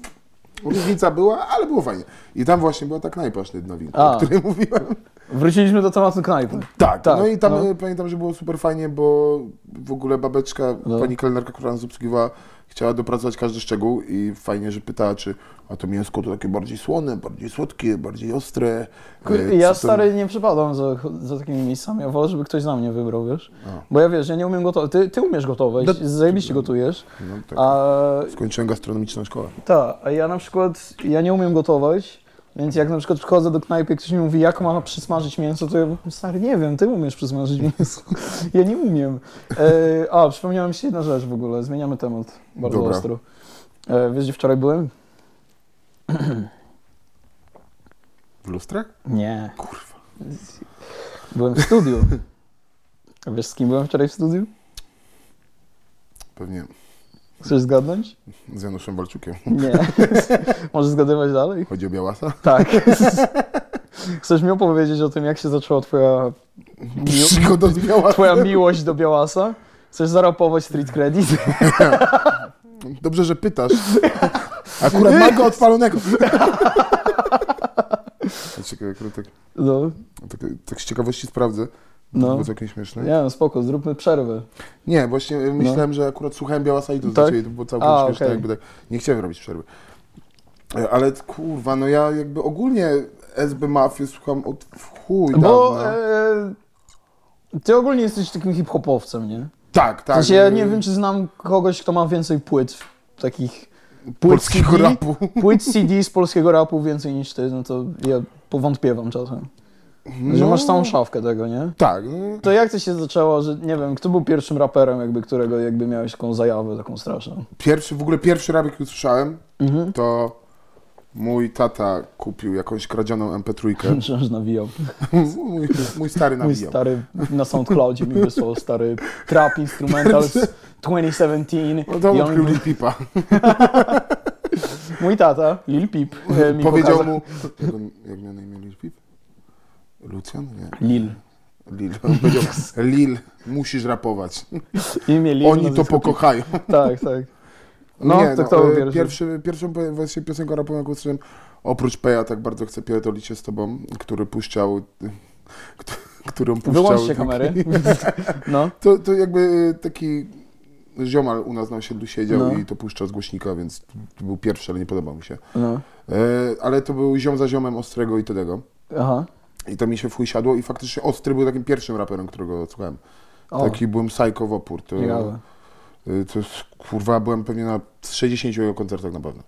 Speaker 2: różnica była, ale było fajnie. I tam właśnie była ta knajpa szlidna
Speaker 3: A.
Speaker 2: o której mówiłem.
Speaker 3: Wróciliśmy do tematu knajpy.
Speaker 2: Tak,
Speaker 3: Tak,
Speaker 2: no i tam
Speaker 3: no.
Speaker 2: y, pamiętam, że było super fajnie, bo w ogóle babeczka,
Speaker 3: No.
Speaker 2: pani kelnerka, która nas obsługiwała, chciała dopracować każdy szczegół i fajnie, że pytała, czy a to mięsko to takie bardziej słone, bardziej słodkie, bardziej ostre.
Speaker 3: Kur-
Speaker 2: e, co
Speaker 3: Ja
Speaker 2: to-
Speaker 3: stary nie przepadam za, za takimi miejscami. Ja wolę, żeby ktoś za mnie wybrał, wiesz?
Speaker 2: A.
Speaker 3: Bo ja wiesz, ja nie umiem gotować. Ty, ty umiesz gotować,
Speaker 2: Do-
Speaker 3: zajebiście gotujesz.
Speaker 2: No, tak.
Speaker 3: A
Speaker 2: Skończyłem gastronomiczną szkołę.
Speaker 3: Ta, a ja na przykład, ja nie umiem gotować, więc jak na przykład przychodzę do knajpy i ktoś mi mówi, jak ma przysmażyć mięso, to ja mówię, stary, nie wiem, ty umiesz przysmażyć mięso. [LAUGHS] Ja nie umiem. E, a, przypomniała mi się jedna rzecz w ogóle, zmieniamy temat bardzo
Speaker 2: Dobra.
Speaker 3: ostro. E, wiesz, gdzie wczoraj byłem?
Speaker 2: W lustrach?
Speaker 3: Nie.
Speaker 2: Kurwa.
Speaker 3: Byłem w studiu. A [LAUGHS] wiesz, z kim byłem wczoraj w studiu?
Speaker 2: Pewnie
Speaker 3: Chcesz zgadnąć?
Speaker 2: z Januszem Walczukiem.
Speaker 3: Nie. [LAUGHS] Możesz zgadywać dalej?
Speaker 2: Chodzi o
Speaker 3: [LAUGHS]
Speaker 2: Białasa?
Speaker 3: Tak. Chcesz mi opowiedzieć o tym, jak się zaczęła twoja... miło-
Speaker 2: Przygoda z Białasa.
Speaker 3: Twoja miłość do Białasa? Chcesz zarapować street credit?
Speaker 2: Dobrze, że pytasz. Akurat ma go
Speaker 3: [LAUGHS]
Speaker 2: odpalonego. Czekaj, akurat tak,
Speaker 3: [LAUGHS] No,
Speaker 2: tak, tak z ciekawości sprawdzę.
Speaker 3: No.
Speaker 2: No. To było całkiem śmieszne.
Speaker 3: nie wiem, spoko, zróbmy przerwę.
Speaker 2: Nie, właśnie y, myślałem, że akurat słuchałem Białasa i to
Speaker 3: No. Tak?
Speaker 2: tak? to było całkiem
Speaker 3: A,
Speaker 2: śmieszne,
Speaker 3: okej.
Speaker 2: jakby tak. Nie chciałem robić przerwy. E, Ale t- kurwa, no ja jakby ogólnie SB Mafię słucham od w chuj
Speaker 3: Bo
Speaker 2: dawna.
Speaker 3: e, ty ogólnie jesteś takim hip-hopowcem, nie?
Speaker 2: tak, tak.
Speaker 3: W sensie ja
Speaker 2: y,
Speaker 3: nie wiem, czy znam kogoś, kto ma więcej płyt takich... Płyt
Speaker 2: polskiego
Speaker 3: CD,
Speaker 2: rapu.
Speaker 3: Płyt CD z polskiego rapu więcej niż ty, no to ja powątpiewam czasem. Że
Speaker 2: No.
Speaker 3: masz całą szafkę tego, nie?
Speaker 2: Tak, no,
Speaker 3: To jak to się zaczęło, że nie wiem, kto był pierwszym raperem, jakby którego jakby miałeś taką zajawę, taką straszną? [LAUGHS]
Speaker 2: pierwszy, w ogóle pierwszy rap, jaki usłyszałem,
Speaker 3: Mhm.
Speaker 2: to mój tata kupił jakąś kradzioną
Speaker 3: [LAUGHS]
Speaker 2: MP3.
Speaker 3: Że aż nawijał.
Speaker 2: mój, mój stary
Speaker 3: Mój
Speaker 2: nawijał.
Speaker 3: stary na SoundCloudzie mi wysłał stary trap instrumental z 2017.
Speaker 2: No to
Speaker 3: I
Speaker 2: odkrył
Speaker 3: on,
Speaker 2: Lil Peepa.
Speaker 3: mój tata, Lil Peep, [LAUGHS] e, mi
Speaker 2: Powiedział
Speaker 3: pokazał,
Speaker 2: mu... Jak, on, jak miał na imię Lil Peep? Lucjan? Nie.
Speaker 3: Lil.
Speaker 2: Lil. On powiedział, Lil, musisz rapować.
Speaker 3: Imię Lil.
Speaker 2: Oni to
Speaker 3: nazwisko Peep.
Speaker 2: pokochają.
Speaker 3: Tak, tak. No, to kto był
Speaker 2: e,
Speaker 3: pierwszy?
Speaker 2: pierwszy? Pierwszą pe- właśnie piosenką rapową, jaką usłyszałem, oprócz Peja, tak bardzo chcę pierdolić się z tobą, który puszczał, którą puszczał.
Speaker 3: Wyłączcie
Speaker 2: taki- [LAUGHS]
Speaker 3: kamery. No.
Speaker 2: To, to jakby e, taki ziomal u nas na osiedlu siedział
Speaker 3: No.
Speaker 2: i to puszczał z głośnika, więc to był pierwszy, ale nie podobał mi się.
Speaker 3: no.
Speaker 2: E, ale to był ziom za ziomem Ostrego i Tedego.
Speaker 3: Aha.
Speaker 2: I to mi się fuj siadło i faktycznie Ostry był takim pierwszym raperem, którego słuchałem.
Speaker 3: O.
Speaker 2: Taki e, byłem psycho w opór. To,
Speaker 3: Ciekawe.
Speaker 2: y, to jest, kurwa, byłem pewnie na 60 jego koncertach na pewno.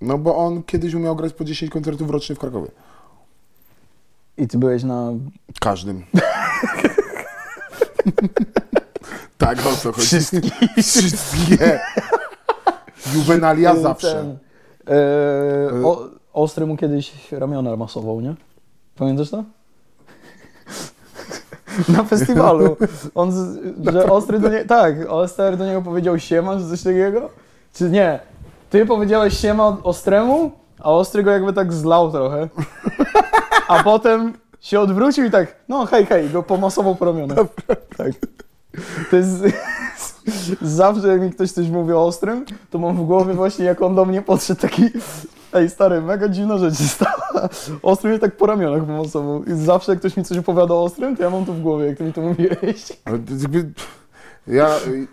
Speaker 2: No bo on kiedyś umiał grać po 10 koncertów rocznie w Krakowie.
Speaker 3: I ty byłeś na...
Speaker 2: Każdym. [LAUGHS] tak, o co chodzi? Wszystkie. Wszystkie. Juvenalia zawsze.
Speaker 3: Ten, e, o, ostry mu kiedyś ramiona masował, nie? Pamiętasz to? [LAUGHS] Na festiwalu. On, z, że ostry do niego. Tak, ostry do niego powiedział siema, czy coś takiego? Czy nie? Ty powiedziałeś siema ostremu, a ostry go jakby tak zlał trochę. A potem się odwrócił i tak, no hej, hej, go pomasował po ramionach. Tak. To jest. [LAUGHS] Zawsze jak mi ktoś coś mówi o ostrym, to mam w głowie właśnie jak on do mnie podszedł taki. Ej stary, mega dziwna rzecz się stała. Ostry mnie tak po ramionach pomocą. I zawsze jak ktoś mi coś opowiada o ostrym, to ja mam to w głowie, jak ty mi to mówiłeś.
Speaker 2: Ale to jest jakby- Ja... y,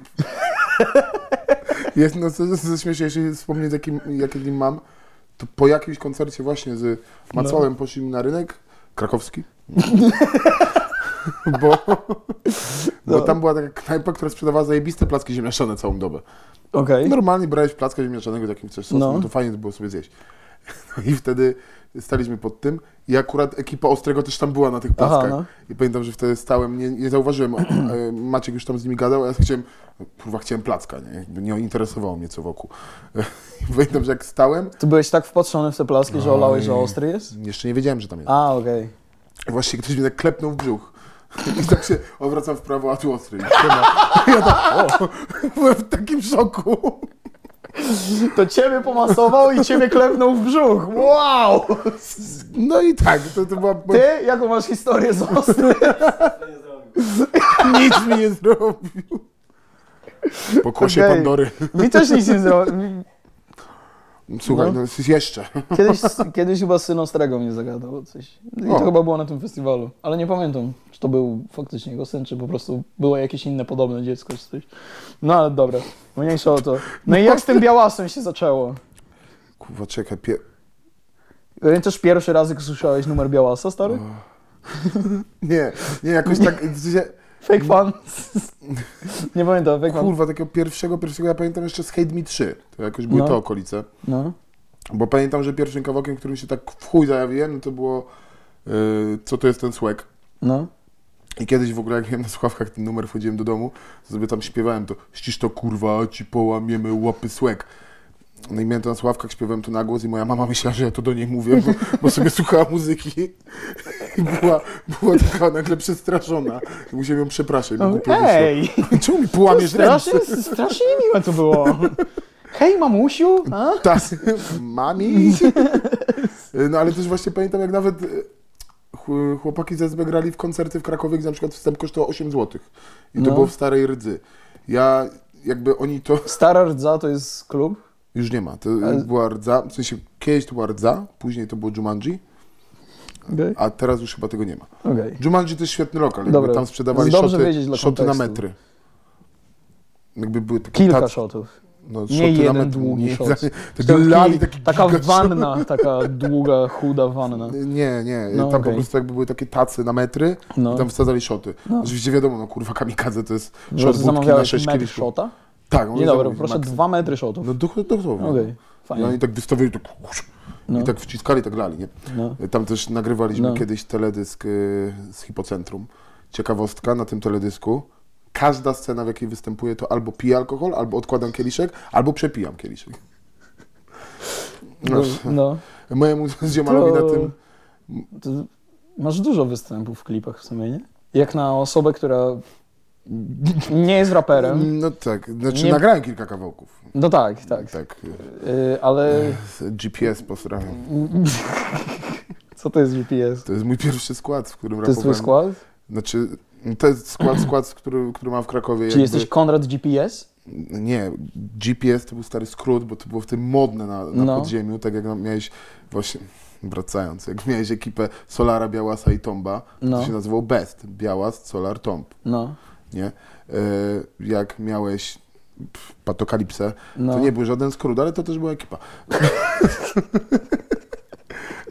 Speaker 2: Jest, no, co ze śmieszne, jeśli wspomnę, jakim, jakim nim mam, to po jakimś koncercie właśnie z Macolem poszliśmy na rynek krakowski. bo, bo
Speaker 3: No.
Speaker 2: tam była taka knajpa, która sprzedawała zajebiste placki ziemniaczane całą dobę.
Speaker 3: Okej.
Speaker 2: Normalnie brałeś placka ziemniaczanego z jakimś coś sosem,
Speaker 3: No.
Speaker 2: no. to fajnie było sobie zjeść. [LAUGHS] No i wtedy staliśmy pod tym i akurat ekipa Ostrego też tam była na tych
Speaker 3: Aha,
Speaker 2: plackach.
Speaker 3: no.
Speaker 2: I pamiętam, że wtedy stałem, nie, nie zauważyłem,
Speaker 3: [CLEARS THROAT]
Speaker 2: o- e, Maciek już tam z nimi gadał, a ja chciałem, no, kurwa, chciałem placka, nie? Jakby nie interesowało mnie co wokół. [LAUGHS] I pamiętam, że jak stałem,
Speaker 3: Tu byłeś tak wpatrzony w te plaski, że olałeś, że ostry jest?
Speaker 2: jeszcze nie wiedziałem, że tam jest.
Speaker 3: A, okej.
Speaker 2: Właśnie ktoś mnie tak klepnął w brzuch. [LAUGHS] I tak się odwracam w prawo, a tu
Speaker 3: [LAUGHS]
Speaker 2: Ostry. I siema. Ja tak, o, [LAUGHS] byłem w takim szoku.
Speaker 3: [LAUGHS] To ciebie pomasował i ciebie klepnął w brzuch. Wow!
Speaker 2: No i tak, to, to była...
Speaker 3: Ty, jaką masz historię z ostrym?
Speaker 2: Nic mi nie zrobił. Pokłosie
Speaker 3: Okej.
Speaker 2: Pandory.
Speaker 3: Mi też nic nie zrobił.
Speaker 2: Słuchaj,
Speaker 3: No.
Speaker 2: no. jest jeszcze.
Speaker 3: Kiedyś, kiedyś chyba syn Ostrego mnie zagadał o coś. I to
Speaker 2: O.
Speaker 3: chyba było na tym festiwalu. Ale nie pamiętam, czy to był faktycznie jego syn, czy po prostu było jakieś inne podobne dziecko, czy coś. No ale dobra, mniejsza o to. No i jak z tym białasem się zaczęło?
Speaker 2: Kurwa, czekaj, pie...
Speaker 3: E, Też pierwszy raz, jak słyszałeś numer białasa, stary?
Speaker 2: No. Nie, nie, jakoś tak... w sensie,
Speaker 3: Fake fan. [LAUGHS] nie pamiętam, fake fan.
Speaker 2: Kurwa, takiego pierwszego, pierwszego, ja pamiętam jeszcze z Hate Me 3. To jakoś były
Speaker 3: No.
Speaker 2: te okolice.
Speaker 3: No.
Speaker 2: Bo pamiętam, że pierwszym kawałkiem, którym się tak w chuj zajawiłem, no to było... y, co to jest ten słek?
Speaker 3: No.
Speaker 2: I kiedyś w ogóle, jak miałem na słuchawkach ten numer, wchodziłem do domu, sobie tam śpiewałem to ścisz to kurwa, ci połamiemy łapy słek. No i miałem to na słuchawkach, śpiewałem to na głos i moja mama myślała, że ja to do niej mówię, bo, bo sobie [LAUGHS] słuchała muzyki. I była, była taka nagle przestraszona. I musiałem ją przepraszać. No, głupio
Speaker 3: Ej!
Speaker 2: wyszło. Czemu mi połamiesz ręce?
Speaker 3: No, Strasznie, strasznie niemiłe to było. Hej, mamusiu! A?
Speaker 2: Tak, mami. No ale też właśnie pamiętam, jak nawet e, ch- chłopaki z SB grali w koncerty w Krakowie, gdzie na przykład wstęp kosztował 8 zł. I to
Speaker 3: No.
Speaker 2: było w Starej Rdzy. Ja, jakby oni to...
Speaker 3: Stara rdza to jest klub?
Speaker 2: Już nie ma, to
Speaker 3: Ale-
Speaker 2: była rdza, w sensie kiedyś to była rdza, później to było Jumanji,
Speaker 3: Okej.
Speaker 2: a teraz już chyba tego nie ma.
Speaker 3: Okej.
Speaker 2: Jumanji to jest świetny lokal, jakby
Speaker 3: Dobra,
Speaker 2: tam sprzedawali
Speaker 3: jest dobrze
Speaker 2: szoty,
Speaker 3: wiedzieć dla
Speaker 2: szoty na
Speaker 3: kontekstu.
Speaker 2: metry. Jakby były takie
Speaker 3: Kilka
Speaker 2: tac-
Speaker 3: shotów.
Speaker 2: no,
Speaker 3: nie
Speaker 2: szoty na
Speaker 3: jeden
Speaker 2: metr,
Speaker 3: długi
Speaker 2: nie,
Speaker 3: szot.
Speaker 2: [LAUGHS] Taki lali, taki
Speaker 3: taka
Speaker 2: giga-
Speaker 3: wanna, taka długa, chuda wanna.
Speaker 2: Nie, nie.
Speaker 3: No,
Speaker 2: tam po
Speaker 3: okej.
Speaker 2: prostu jakby były takie tacy na metry
Speaker 3: No.
Speaker 2: i tam wsadzali szoty.
Speaker 3: No.
Speaker 2: Oczywiście wiadomo, no kurwa kamikadze to jest
Speaker 3: Że
Speaker 2: szot budki na
Speaker 3: zamawiałeś
Speaker 2: 6
Speaker 3: metr
Speaker 2: kieliszków.
Speaker 3: shota?
Speaker 2: Tak,
Speaker 3: Nie
Speaker 2: można
Speaker 3: dobra,
Speaker 2: zamówić
Speaker 3: proszę
Speaker 2: maksy.
Speaker 3: dwa metry shotów.
Speaker 2: No do, do, do,
Speaker 3: Okej,
Speaker 2: I
Speaker 3: fajnie.
Speaker 2: oni tak wystawili tak,
Speaker 3: No.
Speaker 2: i tak wciskali, tak lali, nie?
Speaker 3: No.
Speaker 2: Tam też nagrywaliśmy
Speaker 3: No.
Speaker 2: kiedyś teledysk y, z Hipocentrum. Ciekawostka na tym teledysku. Każda scena, w jakiej występuję, to albo piję alkohol, albo odkładam kieliszek, albo przepijam kieliszek. No,
Speaker 3: No.
Speaker 2: mojemu [LAUGHS] ziomalowi na tym
Speaker 3: To masz dużo występów w klipach w sumie, nie? Jak na osobę, która nie jest raperem.
Speaker 2: No tak, znaczy
Speaker 3: Nie-
Speaker 2: nagrałem kilka kawałków.
Speaker 3: No tak, tak.
Speaker 2: Tak,
Speaker 3: Yy, ale
Speaker 2: z GPS pozdrawiam.
Speaker 3: co to jest GPS?
Speaker 2: To jest mój pierwszy skład, w którym
Speaker 3: To jest twój
Speaker 2: rapowałem.
Speaker 3: skład?
Speaker 2: Znaczy, to jest skład, skład, który, który mam w Krakowie.
Speaker 3: Czy
Speaker 2: jakby-
Speaker 3: jesteś Konrad GPS?
Speaker 2: Nie, GPS to był stary skrót, bo to było w tym modne na, na
Speaker 3: No.
Speaker 2: podziemiu, tak jak miałeś właśnie... wracając, jak miałeś ekipę Solara, Białasa i Tomba,
Speaker 3: No.
Speaker 2: to się nazywało Best, Białas, Solar, Tomb,
Speaker 3: No,
Speaker 2: nie? E, jak miałeś pff, Patokalipsę,
Speaker 3: no.
Speaker 2: to nie był żaden skrót, ale to też była ekipa. [LAUGHS]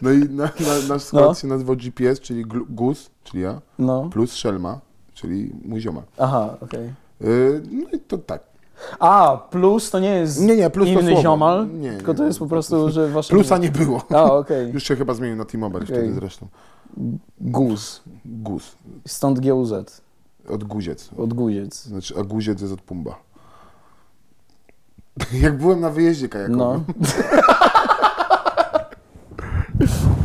Speaker 2: No i na, na, nasz skład
Speaker 3: No.
Speaker 2: się nazywał GPS, czyli Glu- Gus, czyli ja,
Speaker 3: no.
Speaker 2: plus Szelma, czyli mój zioma.
Speaker 3: Aha, okej.
Speaker 2: Yy, no i to tak.
Speaker 3: A, plus to nie jest
Speaker 2: Nie, nie, plus to
Speaker 3: inny
Speaker 2: słowo.
Speaker 3: ziomal,
Speaker 2: Nie, nie,
Speaker 3: tylko to jest po prostu, że wasze...
Speaker 2: Plusa nie było.
Speaker 3: A, okej.
Speaker 2: Już się chyba zmienił na T-Mobile
Speaker 3: Okej.
Speaker 2: wtedy zresztą.
Speaker 3: Guz.
Speaker 2: Gus.
Speaker 3: Stąd GUZ.
Speaker 2: Od guziec.
Speaker 3: Od guziec.
Speaker 2: Znaczy, a guziec jest od pumba. [LAUGHS] Jak byłem na wyjeździe kajakowym.
Speaker 3: [LAUGHS] No.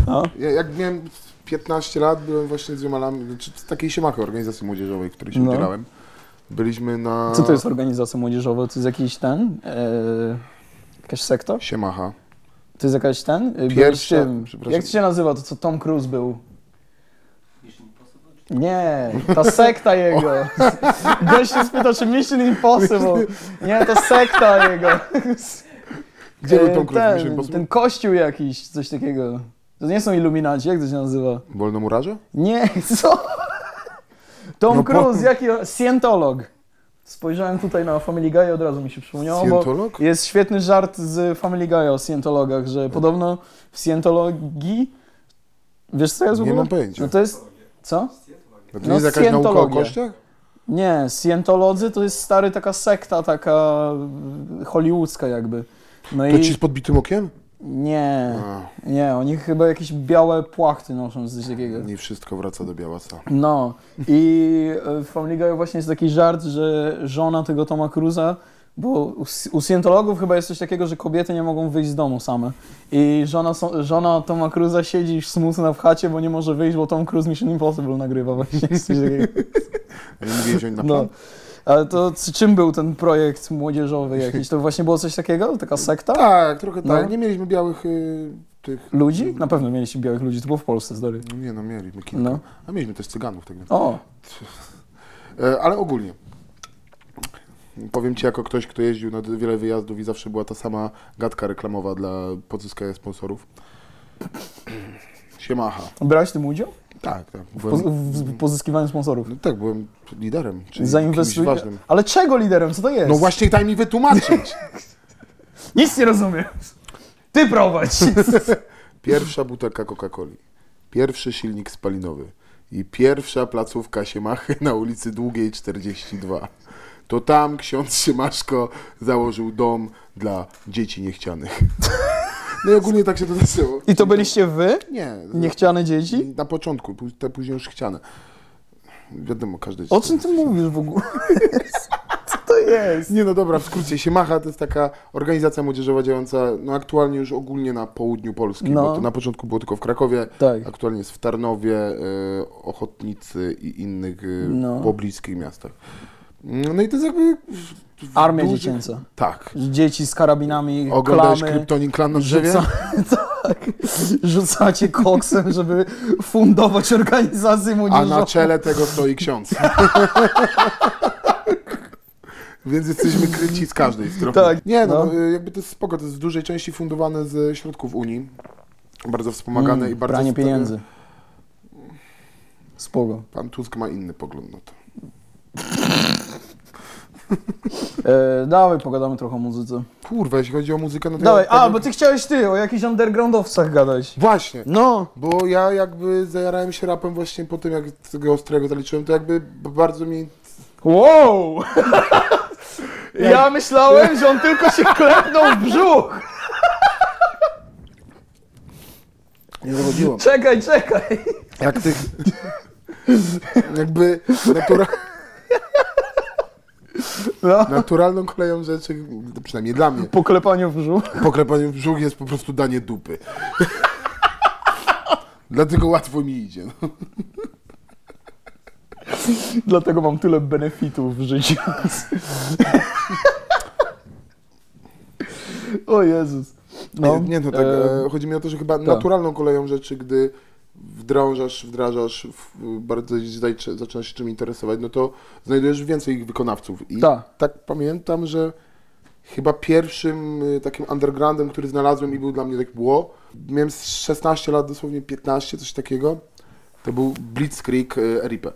Speaker 3: No.
Speaker 2: Ja, jak miałem 15 lat, byłem właśnie z ziomalami, znaczy z takiej siemachy organizacji młodzieżowej, w której się
Speaker 3: No.
Speaker 2: udzielałem. Byliśmy na...
Speaker 3: Co to jest organizacja młodzieżowa? To jest jakiś ten... E, jakaś sekta?
Speaker 2: Siemacha.
Speaker 3: To jest jakaś ten? e, byłeś
Speaker 2: Pierwsza-
Speaker 3: tym-
Speaker 2: przepraszam.
Speaker 3: Jak to się nazywa? To co Tom Cruise był? Nie, ta sekta jego.
Speaker 2: [LAUGHS]
Speaker 3: Gość się spytał, czy Mission Impossible. Nie, to sekta jego.
Speaker 2: Gdzie był
Speaker 3: E,
Speaker 2: Tom Cruise? Mission
Speaker 3: Ten,
Speaker 2: Impossible?
Speaker 3: ten kościół jakiś, coś takiego. To nie są iluminaci, jak to się nazywa?
Speaker 2: Wolnomurarze?
Speaker 3: Nie, co? Tom
Speaker 2: No bo-
Speaker 3: Cruise, jaki on... Scientolog. Spojrzałem tutaj na Family Guy i od razu mi się
Speaker 2: No,
Speaker 3: przypomniało, bo
Speaker 2: Scientolog?
Speaker 3: jest świetny żart z Family Guy o Scientologach, że
Speaker 2: Tak.
Speaker 3: podobno w Scientologii... Wiesz co jest w
Speaker 2: Nie
Speaker 3: ogóle?
Speaker 2: mam pojęcia.
Speaker 3: No to jest... Co?
Speaker 2: A to
Speaker 3: no,
Speaker 2: jest jakaś nauka o
Speaker 3: scientologia.
Speaker 2: kościach?
Speaker 3: Nie, Scientolodzy to jest stary taka sekta, taka mm, hollywoodzka jakby. No
Speaker 2: To ci
Speaker 3: i...
Speaker 2: z podbitym okiem?
Speaker 3: Nie,
Speaker 2: A,
Speaker 3: nie, oni chyba jakieś białe płachty noszą, coś takiego.
Speaker 2: nie wszystko wraca do Białasa.
Speaker 3: No i e, w Family Guy właśnie jest taki żart, że żona tego Toma Cruza, bo u s- u scientologów chyba jest coś takiego, że kobiety nie mogą wyjść z domu same. I żona, są- żona Toma Cruza siedzi smutna w chacie, bo nie może wyjść, bo Tom Cruise Mission Impossible nagrywa właśnie. Coś takiego.
Speaker 2: Ja nie mogę wziąć na plan.
Speaker 3: No. Ale to c- czym był ten projekt młodzieżowy jakiś? To właśnie było coś takiego? Taka sekta?
Speaker 2: Tak, trochę tak.
Speaker 3: No.
Speaker 2: Nie mieliśmy białych y, tych...
Speaker 3: Ludzi? Na pewno mieliście białych ludzi, to było w Polsce, stary.
Speaker 2: No Nie no, mieliśmy kilka.
Speaker 3: No.
Speaker 2: A mieliśmy też cyganów. Tak naprawdę.
Speaker 3: O,
Speaker 2: E, ale ogólnie. Powiem Ci jako ktoś, kto jeździł na wiele wyjazdów i zawsze była ta sama gadka reklamowa dla pozyskania sponsorów. Siemacha.
Speaker 3: brałeś w tym udział?
Speaker 2: Tak, tak.
Speaker 3: Po,
Speaker 2: Byłem,
Speaker 3: w w pozyskiwaniu sponsorów?
Speaker 2: no tak, byłem liderem, czyli kimś
Speaker 3: Zainwestuj.
Speaker 2: ważnym.
Speaker 3: Ale czego liderem? Co to jest?
Speaker 2: No właśnie daj mi wytłumaczyć.
Speaker 3: Nic nie rozumiem. Ty prowadź.
Speaker 2: [LAUGHS] Pierwsza butelka Coca-Coli, pierwszy silnik spalinowy i pierwsza placówka Siemachy na ulicy Długiej 42. To tam ksiądz Siemaszko założył dom dla dzieci niechcianych. [LAUGHS] No i ogólnie tak się to zaczęło.
Speaker 3: [LAUGHS] I to byliście wy?
Speaker 2: Nie,
Speaker 3: Niechciane dzieci?
Speaker 2: na początku, pó- te później już chciane. Wiadomo, każdy...
Speaker 3: O czym ty mówisz w ogóle? [LAUGHS] Co to jest?
Speaker 2: Nie no dobra, w skrócie Siemacha to jest taka organizacja młodzieżowa działająca no aktualnie już ogólnie na południu Polski,
Speaker 3: No.
Speaker 2: bo to na początku było tylko w Krakowie,
Speaker 3: Tak.
Speaker 2: aktualnie jest w Tarnowie, y, Ochotnicy i innych y,
Speaker 3: No.
Speaker 2: pobliskich miastach. No i to jest jakby... w- w
Speaker 3: Armia
Speaker 2: dużych-
Speaker 3: dziecięca.
Speaker 2: Tak.
Speaker 3: Dzieci z karabinami,
Speaker 2: Oglądasz
Speaker 3: klamy.
Speaker 2: Kryptonin Klan na drzewie?
Speaker 3: Rzuca, [LAUGHS] tak, rzucacie koksem, żeby fundować organizację
Speaker 2: A
Speaker 3: młodzieżową.
Speaker 2: na czele tego stoi
Speaker 3: [LAUGHS]
Speaker 2: ksiądz. Więc jesteśmy kryci z każdej strony.
Speaker 3: Tak,
Speaker 2: Nie, no,
Speaker 3: no.
Speaker 2: y, jakby to jest spoko, to jest w dużej części fundowane ze środków Unii. Bardzo wspomagane i bardzo...
Speaker 3: Mm, Branie
Speaker 2: wspomagane.
Speaker 3: pieniędzy. Spoko.
Speaker 2: Pan Tusk ma inny pogląd na to.
Speaker 3: E, dawaj, pogadamy trochę o muzyce.
Speaker 2: Kurwa, jeśli chodzi o muzykę, no to
Speaker 3: Dawaj,
Speaker 2: ja,
Speaker 3: a, bo ty chciałeś ty o jakichś undergroundowcach gadać.
Speaker 2: Właśnie,
Speaker 3: No,
Speaker 2: bo ja jakby zajarałem się rapem właśnie po tym, jak tego Ostrego zaliczyłem, to jakby b- bardzo mi...
Speaker 3: Wow! [LAUGHS] Ja myślałem, że on tylko [LAUGHS] się klepnął w brzuch!
Speaker 2: Nie zachodziło.
Speaker 3: Czekaj, czekaj!
Speaker 2: Jak tych... jakby natura...
Speaker 3: No.
Speaker 2: naturalną koleją rzeczy, przynajmniej dla mnie,
Speaker 3: Po klepaniu w brzuch. [LAUGHS]
Speaker 2: poklepanie w brzuch jest po prostu danie dupy. [LAUGHS] Dlatego łatwo mi idzie. No.
Speaker 3: Dlatego mam tyle benefitów w życiu. O Jezus.
Speaker 2: No, nie, no tak.
Speaker 3: e,
Speaker 2: E, chodzi mi o to, że chyba naturalną koleją rzeczy, gdy wdrążasz, wdrażasz, w, bardzo zdaj- zaczynasz się czym interesować, no to znajdujesz więcej ich wykonawców. I
Speaker 3: Tak.
Speaker 2: tak pamiętam, że chyba pierwszym y, takim undergroundem, który znalazłem i był dla mnie tak było. Miałem z 16 lat, dosłownie 15, coś takiego. To był Blitzkrieg y, Eripe.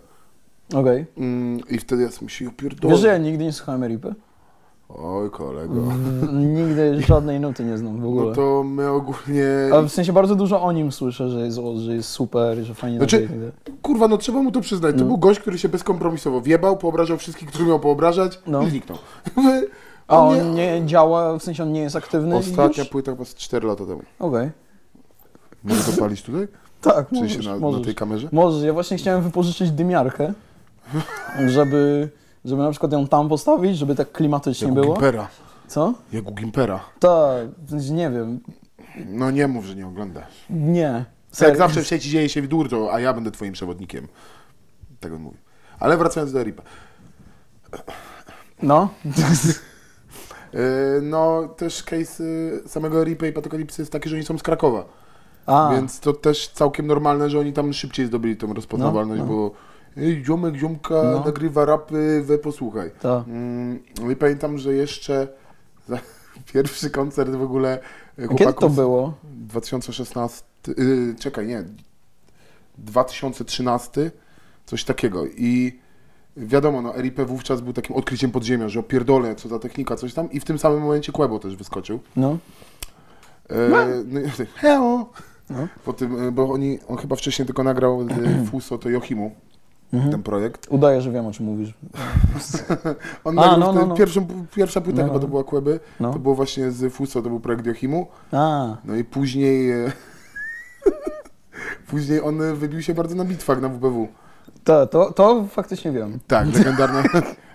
Speaker 3: Okej.
Speaker 2: Mm, I wtedy ja sobie się
Speaker 3: Wiesz, że ja
Speaker 2: upierdolę.
Speaker 3: nigdy nie słuchałem [LAUGHS] Eripy?
Speaker 2: Oj, kolego.
Speaker 3: Nigdy żadnej nuty nie znam w ogóle.
Speaker 2: No to my ogólnie...
Speaker 3: A w sensie bardzo dużo o nim słyszę, że jest, o, że jest super, że fajnie
Speaker 2: Znaczy-
Speaker 3: znaczy...
Speaker 2: Kurwa, no trzeba mu to przyznać. To
Speaker 3: No.
Speaker 2: był gość, który się bezkompromisowo wjebał, poobrażał wszystkich, którzy miał poobrażać
Speaker 3: No.
Speaker 2: i zniknął. Jakby
Speaker 3: A
Speaker 2: on no nie-
Speaker 3: on nie działa, w sensie on nie jest aktywny
Speaker 2: Ostatnia
Speaker 3: już?
Speaker 2: płyta chyba z 4 lata temu.
Speaker 3: Okej.
Speaker 2: Mogę to palić tutaj?
Speaker 3: Tak,
Speaker 2: W sensie
Speaker 3: możesz,
Speaker 2: na, na
Speaker 3: możesz.
Speaker 2: tej kamerze?
Speaker 3: Możesz, ja właśnie chciałem wypożyczyć dymiarkę, żeby, żeby na przykład ją tam postawić, żeby tak klimatycznie
Speaker 2: Jak u
Speaker 3: było.
Speaker 2: Gimpera.
Speaker 3: Co?
Speaker 2: Jak u Gimpera.
Speaker 3: Tak, w sensie nie wiem,
Speaker 2: No nie mów, że nie oglądasz.
Speaker 3: nie.
Speaker 2: Jak
Speaker 3: Serio.
Speaker 2: Tak, zawsze w sieci dzieje się dużo, a ja będę twoim przewodnikiem. Tak on mówi. Ale wracając do Ripa.
Speaker 3: No,
Speaker 2: Yy, no też case y, samego Ripa i Patokalipsy jest taki, że oni są z Krakowa.
Speaker 3: a,
Speaker 2: Więc to też całkiem normalne, że oni tam szybciej zdobyli tą rozpoznawalność,
Speaker 3: No, no.
Speaker 2: bo Ej, ziomek, ziomka
Speaker 3: No. Tak.
Speaker 2: nagrywa rapy, we posłuchaj.
Speaker 3: to.
Speaker 2: Mm, no i pamiętam, że jeszcze za [LAUGHS] pierwszy koncert w ogóle e, chłopaków...
Speaker 3: Kiedy to było?
Speaker 2: 2016... Yy, czekaj, nie. 2013, coś takiego. I wiadomo, no RIP wówczas był takim odkryciem podziemia, że opierdolę, co za technika, coś tam. I w tym samym momencie Kłebo też wyskoczył.
Speaker 3: No,
Speaker 2: E, no. [LAUGHS] i- Heo!
Speaker 3: No.
Speaker 2: Po tym, e, bo oni, on chyba wcześniej tylko nagrał
Speaker 3: [CLEARS THROAT]
Speaker 2: z Fuso to Jochimu
Speaker 3: Mhm.
Speaker 2: ten projekt.
Speaker 3: udaję, że wiem o czym mówisz.
Speaker 2: On
Speaker 3: A,
Speaker 2: nagrał
Speaker 3: no,
Speaker 2: wtedy
Speaker 3: no, no.
Speaker 2: Pierwszą, pierwsza płyta
Speaker 3: No,
Speaker 2: chyba
Speaker 3: no.
Speaker 2: to była Kłeby.
Speaker 3: No.
Speaker 2: To było właśnie z Fuso, to był projekt Jochimu.
Speaker 3: A,
Speaker 2: No i później... E, [LAUGHS] później on e, wybił się bardzo na bitwach na WBW.
Speaker 3: to, to, to faktycznie wiem.
Speaker 2: Tak,
Speaker 3: [LAUGHS]
Speaker 2: legendarna...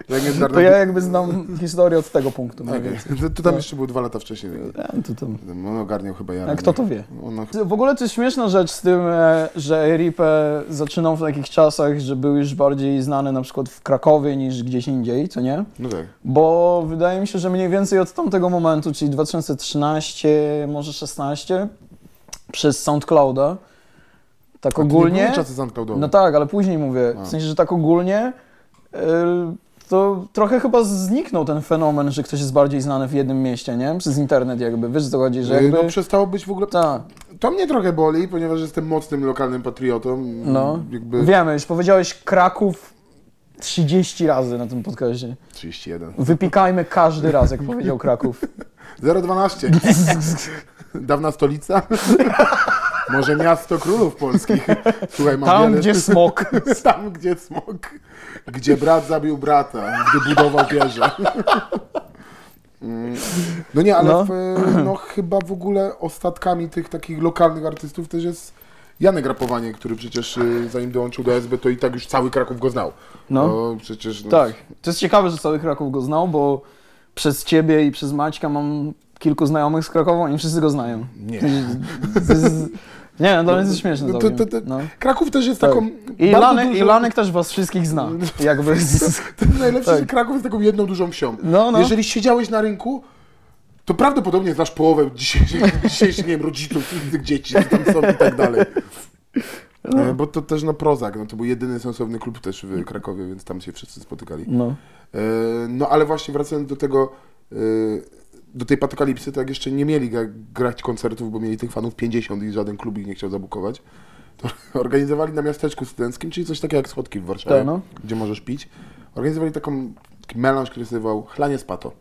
Speaker 2: legendarna
Speaker 3: To ja jakby znam historię od tego punktu. mniej
Speaker 2: Tak,
Speaker 3: więcej.
Speaker 2: to, to tam
Speaker 3: No.
Speaker 2: jeszcze było dwa lata wcześniej. No,
Speaker 3: A, to tam.
Speaker 2: On ogarniał chyba ja.
Speaker 3: A kto to wie?
Speaker 2: On,
Speaker 3: W ogóle to jest śmieszna rzecz z tym, e, że Ripę zaczynał w takich czasach, że był już bardziej znany na przykład w Krakowie niż gdzieś indziej, co nie?
Speaker 2: no tak.
Speaker 3: Bo wydaje mi się, że mniej więcej od tamtego momentu, czyli 2013, może 16, przez SoundClouda, tak
Speaker 2: A to nie
Speaker 3: ogólnie.
Speaker 2: były czasy SoundCloudowe.
Speaker 3: No tak, ale później mówię.
Speaker 2: A.
Speaker 3: W sensie, że tak ogólnie y, to trochę chyba zniknął ten fenomen, że ktoś jest bardziej znany w jednym mieście, nie? Przez internet jakby. Wiesz, co chodzi, że jakby...
Speaker 2: No przestało być w ogóle
Speaker 3: Tak,
Speaker 2: To mnie trochę boli, ponieważ jestem mocnym lokalnym patriotą.
Speaker 3: no.
Speaker 2: Jakby...
Speaker 3: Wiemy, już powiedziałeś Kraków 30 razy na tym podcaście.
Speaker 2: 31.
Speaker 3: Wypikajmy każdy raz, jak powiedział
Speaker 2: [LAUGHS]
Speaker 3: Kraków.
Speaker 2: 012.
Speaker 3: [LAUGHS]
Speaker 2: Dawna stolica. [LAUGHS] Może miasto królów polskich. Słuchaj, mam
Speaker 3: Tam,
Speaker 2: wiele...
Speaker 3: gdzie smok.
Speaker 2: [LAUGHS] Tam, gdzie smok. Gdzie brat zabił brata, gdy budował wieżę. [LAUGHS] Mm. No nie, ale
Speaker 3: No.
Speaker 2: W, no, chyba w ogóle ostatkami tych takich lokalnych artystów też jest Janek Rapowanie, który przecież y, zanim dołączył do SB, to i tak już cały Kraków go znał.
Speaker 3: No.
Speaker 2: To przecież... No,
Speaker 3: Tak. To jest ciekawe, że cały Kraków go znał, bo przez ciebie i przez Maćka mam kilku znajomych z Krakowa, oni wszyscy go
Speaker 2: [LAUGHS]
Speaker 3: znają.
Speaker 2: Nie.
Speaker 3: To jest- Nie wiem, dla mnie to jest śmieszne.
Speaker 2: No to-
Speaker 3: całkiem.
Speaker 2: to- to-
Speaker 3: No.
Speaker 2: Kraków też jest
Speaker 3: Tak.
Speaker 2: taką.
Speaker 3: I,
Speaker 2: bardzo
Speaker 3: Lanek,
Speaker 2: dużą-
Speaker 3: I Lanek też was wszystkich zna.
Speaker 2: [LAUGHS]
Speaker 3: Jakby.
Speaker 2: To jest najlepsze,
Speaker 3: tak.
Speaker 2: że Kraków jest taką jedną dużą wsią.
Speaker 3: No, no.
Speaker 2: Jeżeli siedziałeś na rynku, to prawdopodobnie znasz połowę dzisiejszych, [LAUGHS] dzisiejszych nie wiem, rodziców, innych dzieci, co tam są i tak dalej. E, Bo to też no Prozak, no to był jedyny sensowny klub też w Krakowie, więc tam się wszyscy spotykali.
Speaker 3: No.
Speaker 2: E, No ale właśnie wracając do tego, e, do tej patokalipsy, tak jeszcze nie mieli ga- grać koncertów, bo mieli tych fanów 50 i żaden klub ich nie chciał zabukować. To [LAUGHS] organizowali na miasteczku studenckim, czyli coś takiego jak schodki w Warszawie,
Speaker 3: Tak, no.
Speaker 2: gdzie możesz pić. Organizowali taką taki melanż, który się nazywał Chlanie z pato.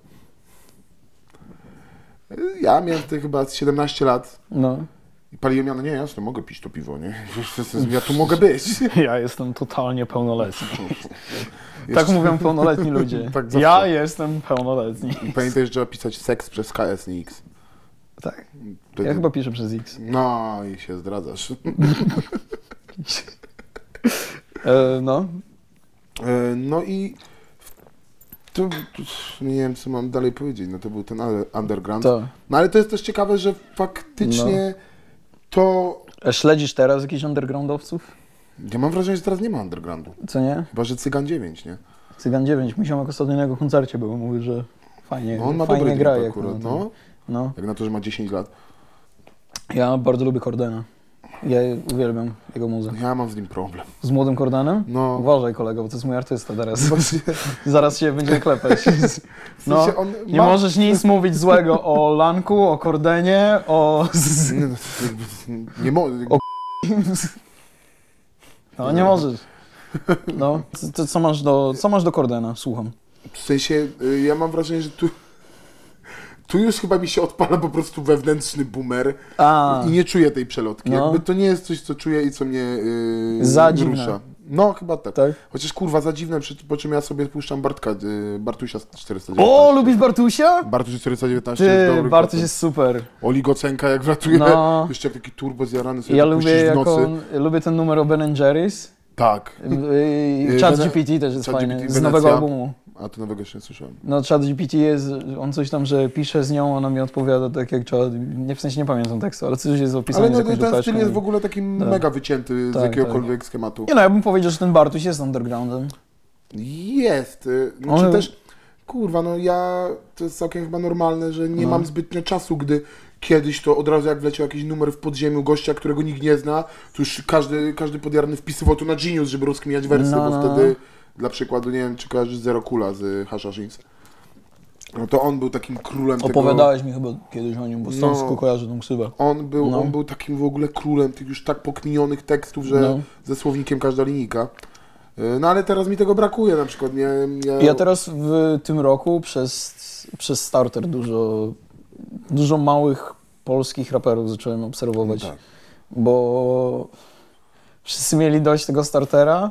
Speaker 2: E, Ja miałem wtedy chyba z 17 lat
Speaker 3: no.
Speaker 2: i paliłem ja, no nie, jasno, mogę pić to piwo, nie? [LAUGHS] Ja tu mogę być.
Speaker 4: Ja jestem totalnie pełnoletni.
Speaker 3: Tak
Speaker 2: [LAUGHS]
Speaker 3: mówią pełnoletni ludzie.
Speaker 2: Tak zawsze.
Speaker 4: Ja jestem pełnoletni.
Speaker 2: I Pamiętaj, że trzeba pisać seks przez KS, nie X.
Speaker 3: Tak.
Speaker 2: Wtedy-
Speaker 3: Ja chyba piszę przez X.
Speaker 2: No i się zdradzasz. [LAUGHS]
Speaker 3: E, no.
Speaker 2: E, No i to, to nie wiem, co mam dalej powiedzieć. No to był ten ale- underground.
Speaker 3: To.
Speaker 2: No ale to jest też ciekawe, że faktycznie
Speaker 3: No.
Speaker 2: to.
Speaker 3: E, Śledzisz teraz jakichś undergroundowców?
Speaker 2: Ja mam wrażenie, że teraz nie ma undergroundu.
Speaker 3: Co nie?
Speaker 2: Chyba, że Cygan 9, nie?
Speaker 3: Cygan 9. Mój ziomek ostatnio na jego koncercie był. Mówił, że fajnie,
Speaker 2: No on ma
Speaker 3: fajnie
Speaker 2: dobry
Speaker 3: gra.
Speaker 2: grip
Speaker 3: Jak
Speaker 2: akurat,
Speaker 3: na-
Speaker 2: no.
Speaker 3: no.
Speaker 2: Jak na to, że ma 10 lat.
Speaker 3: Ja bardzo lubię Cordena. Ja uwielbiam jego muzę.
Speaker 2: Ja mam z nim problem.
Speaker 3: Z młodym Kordanem?
Speaker 2: No.
Speaker 3: Uważaj kolego, bo to jest mój artysta teraz. [LAUGHS]
Speaker 2: Właśnie,
Speaker 3: Zaraz się będzie klepać.
Speaker 2: [LAUGHS] w
Speaker 3: No,
Speaker 2: sensie on
Speaker 3: nie
Speaker 2: ma-
Speaker 3: możesz nic mówić złego o Lanku, o Kordenie, o...
Speaker 2: Nie, no, jakby, nie mo... jakby-
Speaker 3: O- No nie możesz. No, to, to co, masz do, co masz do Kordena? Słucham.
Speaker 2: W sensie, y, ja mam wrażenie, że tu... Tu już chyba mi się odpala po prostu wewnętrzny boomer
Speaker 3: A,
Speaker 2: i nie czuję tej przelotki.
Speaker 3: No.
Speaker 2: Jakby to nie jest coś, co czuję i co mnie yy,
Speaker 3: Za dziwne.
Speaker 2: rusza. No, chyba tak.
Speaker 3: tak?
Speaker 2: Chociaż kurwa za dziwne, przy, po czym ja sobie puszczam Bartka, yy, Bartusia z 419.
Speaker 3: O, lubisz Bartusia?
Speaker 2: Bartuś 419 jest
Speaker 3: Ty,
Speaker 2: dobry.
Speaker 3: Bartuś
Speaker 2: chłopak.
Speaker 3: jest super.
Speaker 2: Oligocenka jak wratuje.
Speaker 3: No.
Speaker 2: [LAUGHS] Jeszcze jak taki turbo zjarany sobie
Speaker 3: Ja
Speaker 2: to
Speaker 3: lubię,
Speaker 2: puścisz w
Speaker 3: jak
Speaker 2: nocy.
Speaker 3: on, lubię ten numer o Ben and Jerry's.
Speaker 2: Tak.
Speaker 3: Yy,
Speaker 2: Yy,
Speaker 3: Chat
Speaker 2: Wene-
Speaker 3: GPT też jest
Speaker 2: Chat
Speaker 3: fajny,
Speaker 2: GPT,
Speaker 3: z nowego
Speaker 2: Wenecja.
Speaker 3: albumu.
Speaker 2: A to nowego jeszcze nie słyszałem.
Speaker 3: No Chat GPT jest, on coś tam, że pisze z nią, ona mi odpowiada tak jak Chat, nie w sensie nie pamiętam tekstu, ale coś jest opisane
Speaker 2: Ale no,
Speaker 3: z jakąś
Speaker 2: ten styl
Speaker 3: rzuteczką.
Speaker 2: jest w ogóle taki mega wycięty
Speaker 3: Tak,
Speaker 2: z jakiegokolwiek schematu.
Speaker 3: Nie no, ja bym powiedział, że ten Bartuś jest undergroundem.
Speaker 2: Jest. y, Znaczy
Speaker 3: Ale-
Speaker 2: też, kurwa, no ja, to jest całkiem chyba normalne, że nie
Speaker 3: No.
Speaker 2: mam zbytnio czasu, gdy kiedyś to od razu jak wleciał jakiś numer w podziemiu gościa, którego nikt nie zna, to już każdy, każdy podjarny wpisywał to na Genius, żeby rozkminiać wersy,
Speaker 3: No,
Speaker 2: bo
Speaker 3: no.
Speaker 2: wtedy, dla przykładu, nie wiem, czy kojarzysz Zero Kula z Hashashins. No to on był takim królem tego...
Speaker 3: Opowiadałeś mi chyba kiedyś o nim, bo stąd
Speaker 2: No.
Speaker 3: no. kojarzę tą ksywę.
Speaker 2: On był,
Speaker 3: No.
Speaker 2: on był takim w ogóle królem tych już tak pokminionych tekstów, że
Speaker 3: No.
Speaker 2: ze słownikiem każda linijka. Y, No ale teraz mi tego brakuje na przykład, nie?
Speaker 3: Ja teraz w tym roku przez, przez Starter dużo, dużo małych polskich raperów zacząłem obserwować,
Speaker 2: Tak.
Speaker 3: bo wszyscy mieli dość tego Startera,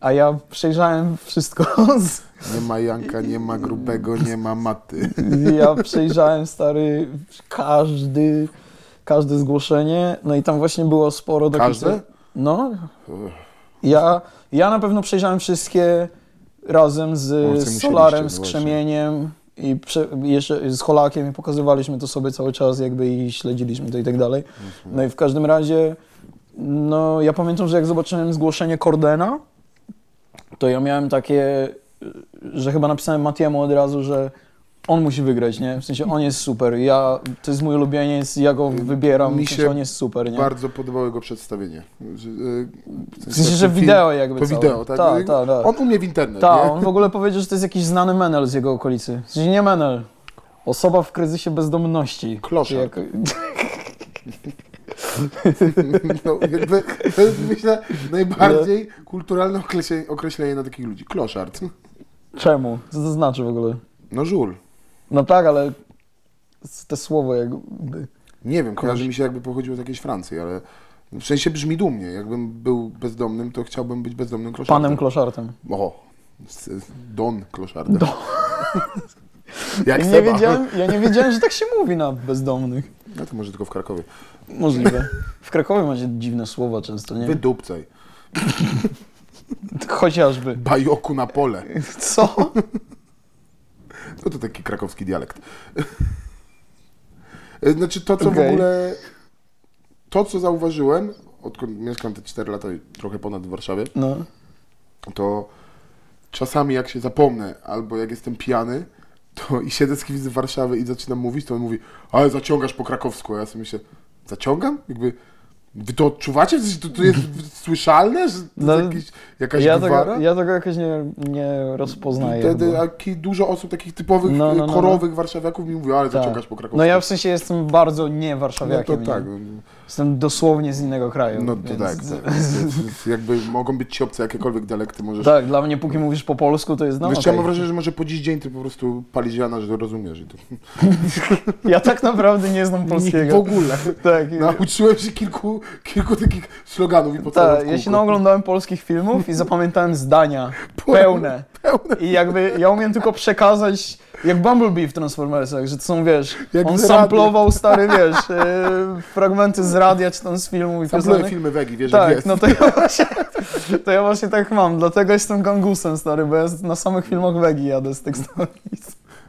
Speaker 3: a ja przejrzałem wszystko [LAUGHS] z,
Speaker 2: Nie ma Janka, nie ma grubego, nie ma maty.
Speaker 3: Ja przejrzałem stary każdy, każde zgłoszenie, no i tam właśnie było sporo takich-
Speaker 2: Każde?
Speaker 3: No. Ja, ja na pewno przejrzałem wszystkie razem
Speaker 2: O,
Speaker 3: z
Speaker 2: co
Speaker 3: Solarem, z
Speaker 2: musieliście,
Speaker 3: Krzemieniem i prze, jeszcze z Holakiem i pokazywaliśmy to sobie cały czas jakby i śledziliśmy to i tak dalej.
Speaker 2: Mhm.
Speaker 3: No i w każdym razie, no ja pamiętam, że jak zobaczyłem zgłoszenie Kordena, to ja miałem takie, y, że chyba napisałem Matiemu od razu, że on musi wygrać, nie? W sensie on jest super, ja, to jest mój ulubieniec, ja go wybieram,
Speaker 2: Mi
Speaker 3: w
Speaker 2: się
Speaker 3: sensie on jest super, nie?
Speaker 2: Bardzo podobało jego przedstawienie. Że, y,
Speaker 3: W sensie, że
Speaker 2: taki film-
Speaker 3: wideo jakby
Speaker 2: To
Speaker 3: całe.
Speaker 2: wideo, tak?
Speaker 3: Tak, tak, tak.
Speaker 2: On umie w internet,
Speaker 3: Tak,
Speaker 2: nie?
Speaker 3: on w ogóle powiedział, że to jest jakiś znany menel z jego okolicy. W sensie nie menel, osoba w kryzysie bezdomności.
Speaker 2: Kloszar.
Speaker 3: Jak,
Speaker 2: [LAUGHS] No, jakby, to jest, myślę, najbardziej kulturalne określenie, określenie na takich ludzi. Kloszard.
Speaker 3: czemu? Co to znaczy w ogóle?
Speaker 2: No żul.
Speaker 3: No tak, ale te słowo jakby...
Speaker 2: Nie wiem, kojarzy mi się jakby pochodziło z jakiejś Francji, ale w sensie brzmi dumnie. Jakbym był bezdomnym, to chciałbym być bezdomnym kloszardem.
Speaker 3: Panem kloszartem.
Speaker 2: O, s- s- Don kloszardem.
Speaker 3: Don.
Speaker 2: [LAUGHS] Jak
Speaker 3: Ja nie,
Speaker 2: Seba.
Speaker 3: wiedziałem, ja nie wiedziałem, że tak się mówi na bezdomnych.
Speaker 2: No to może tylko w Krakowie.
Speaker 3: Możliwe. W Krakowie macie dziwne słowa często, nie?
Speaker 2: Wydupcaj.
Speaker 3: Chociażby.
Speaker 2: Bajoku na pole.
Speaker 3: Co?
Speaker 2: No to taki krakowski dialekt. [LAUGHS] Znaczy to, co w
Speaker 3: Okej.
Speaker 2: ogóle... To, co zauważyłem, odkąd mieszkam te 4 lata i trochę ponad w Warszawie,
Speaker 3: No.
Speaker 2: to czasami jak się zapomnę, albo jak jestem pijany, to i siedzę z kimś z Warszawy i zaczynam mówić, to on mówi, ale zaciągasz po krakowsku, a ja sobie myślę, zaciągam? Jakby, wy to odczuwacie? W sensie To, to jest
Speaker 3: [LAUGHS]
Speaker 2: słyszalne? Że to
Speaker 3: No,
Speaker 2: jest jakiś, jakaś
Speaker 3: Ja
Speaker 2: gwara?
Speaker 3: tego, ja tego jakoś nie, nie rozpoznaję.
Speaker 2: Wtedy
Speaker 3: chyba.
Speaker 2: taki, dużo osób takich typowych,
Speaker 3: No, no, no,
Speaker 2: korowych warszawiaków mi mówi, ale
Speaker 3: Tak.
Speaker 2: zaciągasz po krakowsku.
Speaker 3: No ja w sensie jestem bardzo nie
Speaker 2: no to
Speaker 3: warszawiakiem.
Speaker 2: tak,
Speaker 3: nie? Jestem dosłownie z innego kraju.
Speaker 2: no to
Speaker 3: więc...
Speaker 2: tak, tak. [LAUGHS] Jakby mogą być ci obce jakiekolwiek dialekty, możesz...
Speaker 3: Tak, dla mnie póki mówisz po polsku, to jest no
Speaker 2: Wiesz,
Speaker 3: okej.
Speaker 2: ja mam wrażenie, że może po dziś dzień ty po prostu palisz rana, że to rozumiesz. I to...
Speaker 3: Ja tak naprawdę
Speaker 2: [LAUGHS]
Speaker 3: nie znam [LAUGHS] polskiego.
Speaker 2: W ogóle. No,
Speaker 3: Tak,
Speaker 2: Nauczyłem się kilku, kilku takich sloganów i podstawów.
Speaker 3: tak, ja się naoglądałem polskich filmów i zapamiętałem zdania pełne.
Speaker 2: [LAUGHS] Pełne.
Speaker 3: I jakby ja umiem tylko przekazać, jak Bumblebee w Transformersach, że to są, wiesz,
Speaker 2: Jak
Speaker 3: on
Speaker 2: z radia.
Speaker 3: samplował, stary, wiesz, yy, fragmenty z radia czy tam z filmu i
Speaker 2: Sampluje
Speaker 3: piosenek.
Speaker 2: filmy Wegi, wiesz, jak
Speaker 3: Tak,
Speaker 2: jest.
Speaker 3: no to ja, właśnie, to ja właśnie tak mam, dlatego jestem gangusem, stary, bo ja na samych filmach Wegi jadę z tekstami.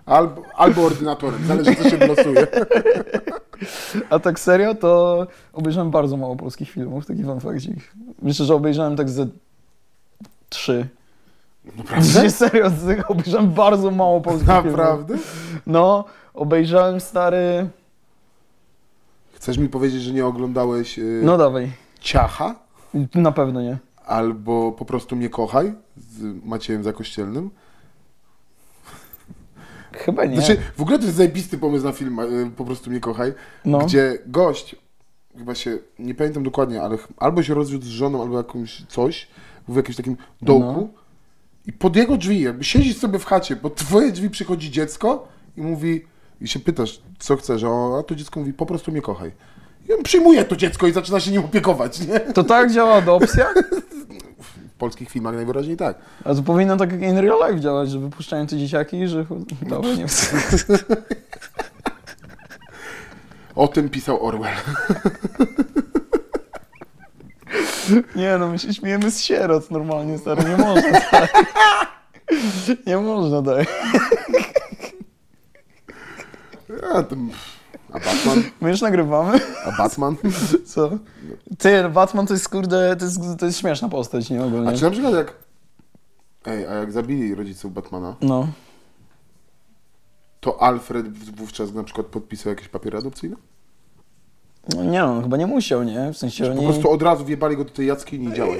Speaker 2: Albo, albo ordynatorem, zależy co się
Speaker 3: [LAUGHS]
Speaker 2: losuje.
Speaker 3: A tak serio, to obejrzałem bardzo mało polskich filmów, taki fun factik. Myślę, że obejrzałem tak ze trzy. Nie, serio, z- obejrzałem bardzo mało polskich filmów.
Speaker 2: Naprawdę?
Speaker 3: No, obejrzałem stary...
Speaker 2: Chcesz mi powiedzieć, że nie oglądałeś y,
Speaker 3: No dawaj.
Speaker 2: Ciacha
Speaker 3: Na pewno nie.
Speaker 2: albo Po prostu mnie kochaj z Maciejem Zakościelnym.
Speaker 3: Chyba nie.
Speaker 2: Znaczy, w ogóle to jest zajebisty pomysł na film e, Po prostu mnie kochaj,
Speaker 3: No.
Speaker 2: gdzie gość, chyba się, nie pamiętam dokładnie, ale ch- albo się rozwiódł z żoną, albo jakimś coś, w jakimś takim dołku
Speaker 3: No.
Speaker 2: i pod jego drzwi, jakby siedzisz sobie w chacie, pod twoje drzwi przychodzi dziecko i mówi, i się pytasz, co chcesz, a on- a to dziecko mówi, po prostu mnie kochaj. I on przyjmuje to dziecko i zaczyna się nim opiekować, nie?
Speaker 3: To tak działa adopcja?
Speaker 2: W polskich filmach najwyraźniej tak.
Speaker 3: A to powinno tak jak in real life działać, że wypuszczają te dzieciaki, że... Dobra, nie chcę.
Speaker 2: O tym pisał Orwell.
Speaker 3: Nie no, my się śmiejemy z sierot normalnie, stary, nie można, stary. Nie można, daj.
Speaker 2: A, tym, a Batman?
Speaker 3: My już nagrywamy,
Speaker 2: A Batman?
Speaker 3: co? Ty, Batman to jest, kurde, to jest, to jest śmieszna postać, nie ogólnie.
Speaker 2: A czy na przykład jak... Ej, a jak zabili rodziców Batmana,
Speaker 3: No.
Speaker 2: to Alfred w- wówczas na przykład podpisał jakieś papiery adopcyjne?
Speaker 3: no. Nie no, chyba nie musiał, nie? W sensie
Speaker 2: Po
Speaker 3: oni...
Speaker 2: prostu od razu wjebali go do tej jaskini i działaj.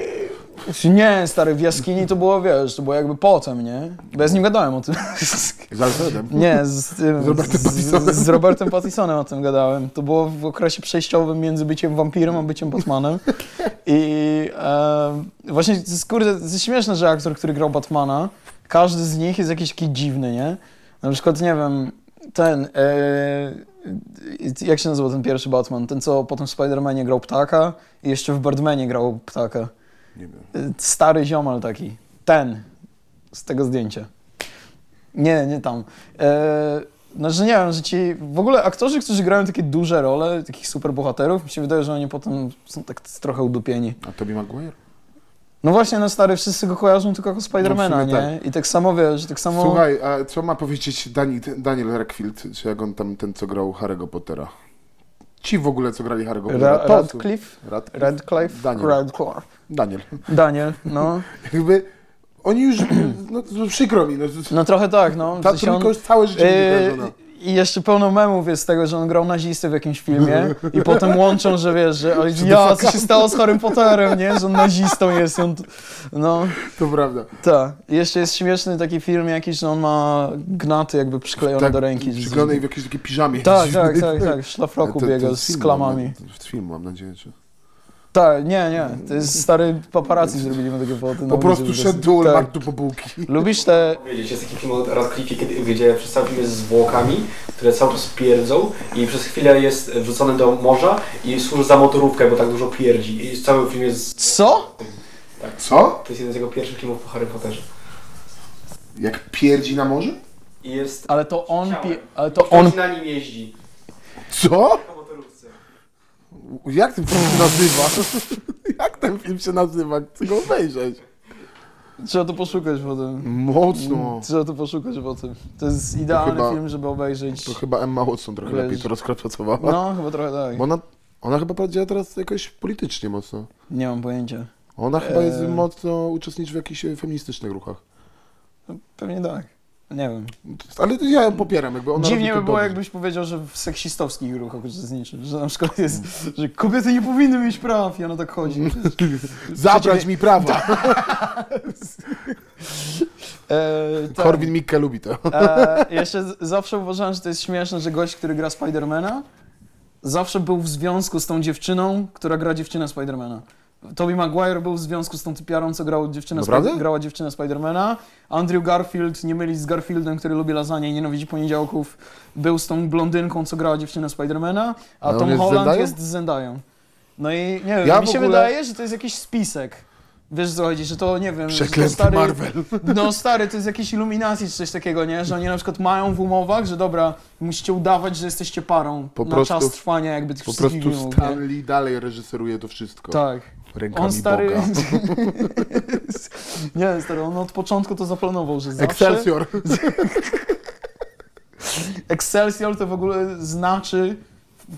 Speaker 3: Znaczy, Nie, stary, w jaskini to było, wiesz, to było jakby potem, nie? Bo ja z nim gadałem o tym. [LAUGHS]
Speaker 2: Z Alfredem?
Speaker 3: Nie, z tym...
Speaker 2: Z Robertem Pattisonem.
Speaker 3: Z, z Robertem Pattisonem o tym gadałem. To było w okresie przejściowym między byciem wampirem, a byciem Batmanem. I e, właśnie, to jest, kurde, to jest śmieszne, że aktor, który grał Batmana, każdy z nich jest jakiś taki dziwny, nie? Na przykład, nie wiem, ten... E, jak się nazywał ten pierwszy Batman? Ten, co potem w Spider-Manie grał ptaka i jeszcze w Birdmanie grał ptaka.
Speaker 2: Nie wiem.
Speaker 3: Stary ziomal taki. Ten. Z tego zdjęcia. Nie, nie tam. E, znaczy nie wiem, że ci... W ogóle aktorzy, którzy grają takie duże role, takich superbohaterów, mi się wydaje, że oni potem są tak trochę udupieni.
Speaker 2: A Tobey Maguire?
Speaker 3: No właśnie, no stary, wszyscy go kojarzą tylko jako Spidermana,
Speaker 2: No w
Speaker 3: nie?
Speaker 2: sumie
Speaker 3: I tak samo, wiesz, tak samo...
Speaker 2: Słuchaj, a co ma powiedzieć Dani, Daniel Radcliffe, czy jak on tam, ten co grał Harry'ego Pottera? Ci w ogóle, co grali Harry'ego Pottera?
Speaker 3: Ra
Speaker 2: to-
Speaker 3: Radcliffe?
Speaker 2: Rad-
Speaker 3: Radcliffe?
Speaker 2: Daniel.
Speaker 3: Radcliffe.
Speaker 2: Daniel.
Speaker 3: Daniel, no.
Speaker 2: Jakby oni już, [CLEARS THROAT] no to przykro mi, no,
Speaker 3: No trochę tak, no. W
Speaker 2: ta
Speaker 3: sensie on-
Speaker 2: trójka już całe życie
Speaker 3: Yy,
Speaker 2: wydarzona.
Speaker 3: I jeszcze pełno memów jest z tego, że on grał nazistę w jakimś filmie i potem łączą, że wiesz, że oj, ja, co się stało z Harry Potterem, nie? Że on nazistą jest. i On t... No,
Speaker 2: To prawda.
Speaker 3: tak. I Jeszcze jest śmieszny taki film jakiś, że on ma gnaty jakby przyklejone do ręki. że-
Speaker 2: Przyklejonej Tak w jakiejś takiej piżamie. [LAUGHS]
Speaker 3: Tak, tak, tak, tak. W szlafroku
Speaker 2: To- to
Speaker 3: biega
Speaker 2: jest
Speaker 3: z
Speaker 2: film,
Speaker 3: klamami.
Speaker 2: mam- to jest Film, mam nadzieję, że...
Speaker 3: Tak, nie, nie. To jest stary paparazzi zrobili mu takie foty. na
Speaker 2: Po prostu
Speaker 3: ulicy,
Speaker 2: szedł do
Speaker 3: tak.
Speaker 2: Walmartu po bułki.
Speaker 3: Lubisz te...
Speaker 1: Wiedzieć, jest taki film o Radcliffe, kiedy- gdzie przez cały film jest z zwłokami, które cały czas pierdzą i przez chwilę jest wrzucony do morza i służy za motorówkę, bo tak dużo pierdzi. I cały film jest...
Speaker 3: Co?
Speaker 2: Co?
Speaker 1: To jest jeden z jego pierwszych filmów po Harry Potterze.
Speaker 2: Jak pierdzi na morzu?
Speaker 1: I jest...
Speaker 3: Ale to on... Pi... Ale to
Speaker 1: Ktoś
Speaker 3: on...
Speaker 1: na nim jeździ.
Speaker 2: Co?
Speaker 1: Na motorówce.
Speaker 2: Jak ten film się nazywa? [LAUGHS] Jak ten film się nazywa? Chcę go obejrzeć.
Speaker 3: Trzeba to poszukać potem.
Speaker 2: Mocno.
Speaker 3: Trzeba to poszukać po tym. To jest idealny
Speaker 2: No. chyba-
Speaker 3: film, żeby obejrzeć.
Speaker 2: To chyba Emma Watson trochę
Speaker 3: Wiesz.
Speaker 2: lepiej to rozkracowała.
Speaker 3: No, chyba trochę tak.
Speaker 2: Bo ona, ona chyba prowadziła teraz jakoś politycznie mocno.
Speaker 3: Nie mam pojęcia.
Speaker 2: Ona chyba jest
Speaker 3: Eee.
Speaker 2: mocno uczestniczy w jakichś e, feministycznych ruchach.
Speaker 3: Pewnie tak. Nie wiem.
Speaker 2: Ale to ja ją popieram, jakby ona robi tak.
Speaker 3: Dziwnie
Speaker 2: to
Speaker 3: by było,
Speaker 2: dobrze.
Speaker 3: jakbyś powiedział, że w seksistowskich ruchach uczestniczysz, że na przykład jest, że kobiety nie powinny mieć praw i ona tak
Speaker 2: [LAUGHS]
Speaker 3: chodzi.
Speaker 2: Zabrać
Speaker 3: Przeciwie-
Speaker 2: mi
Speaker 3: [LAUGHS] Tak.
Speaker 2: prawa!
Speaker 3: E, tak.
Speaker 2: Korwin Mikke lubi to.
Speaker 3: E, jeszcze z- zawsze uważałem, że to jest śmieszne, że gość, który gra Spidermana, zawsze był w związku z tą dziewczyną, która gra dziewczynę Spidermana. Tobey Maguire był w związku z tą typiarą, co grał dziewczynę
Speaker 2: Naprawdę?
Speaker 3: Spi- grała dziewczynę Spidermana. Andrew Garfield, nie mylić z Garfieldem, który lubi lasagne i nienawidzi poniedziałków, był z tą blondynką, co grała dziewczynę Spidermana, a
Speaker 2: A on
Speaker 3: Tom
Speaker 2: No, jest z
Speaker 3: Holland
Speaker 2: Zendaya?
Speaker 3: jest z Zendają. No i nie wiem,
Speaker 2: Ja
Speaker 3: mi
Speaker 2: w
Speaker 3: się
Speaker 2: ogóle-
Speaker 3: wydaje, że to jest jakiś spisek. Wiesz co chodzi, że to nie wiem, że to
Speaker 2: Przeklęty
Speaker 3: stary,
Speaker 2: Marvel.
Speaker 3: no stary, to jest jakieś iluminacji czy coś takiego, nie? Że oni na przykład mają w umowach, że dobra, musicie udawać, że jesteście parą
Speaker 2: Po
Speaker 3: na
Speaker 2: prostu-
Speaker 3: czas trwania jakby tych
Speaker 2: Po
Speaker 3: wszystkich
Speaker 2: prostu
Speaker 3: filmów, nie?
Speaker 2: Stanley dalej reżyseruje to wszystko.
Speaker 3: Tak.
Speaker 2: Rękami
Speaker 3: On stary... [LAUGHS]
Speaker 2: Boga.
Speaker 3: nie, stary, on od początku to zaplanował, że zawsze... [LAUGHS]
Speaker 2: Excelsior.
Speaker 3: Excelsior to w ogóle znaczy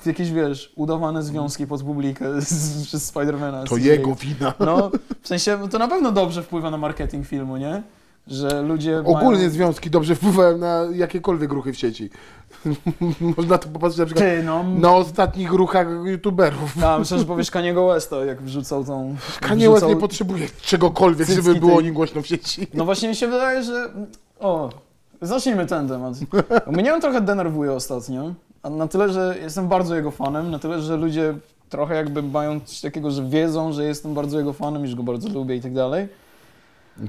Speaker 3: jakieś, wiesz, udawane związki pod publikę z, z Spidermana.
Speaker 2: To
Speaker 3: z-
Speaker 2: jego wina.
Speaker 3: No, w sensie no to na pewno dobrze wpływa na marketing filmu, nie? że ludzie
Speaker 2: Ogólnie
Speaker 3: mają...
Speaker 2: związki dobrze wpływają na jakiekolwiek ruchy w sieci. [LAUGHS] Można to popatrzeć na przykład
Speaker 3: Ty, no...
Speaker 2: na ostatnich ruchach youtuberów.
Speaker 3: Ja myślę, że powiesz Kaniego Westa, jak wrzucał tą...
Speaker 2: Kanye West
Speaker 3: wrzucał-
Speaker 2: nie potrzebuje czegokolwiek,
Speaker 3: cycki
Speaker 2: żeby było
Speaker 3: tej-
Speaker 2: o nim głośno w sieci.
Speaker 3: No właśnie mi się wydaje, że... O, zacznijmy ten temat. Mnie on trochę denerwuje ostatnio, a na tyle, że jestem bardzo jego fanem, na tyle, że ludzie trochę jakby mają coś takiego, że wiedzą, że jestem bardzo jego fanem, iż go bardzo lubię i tak dalej.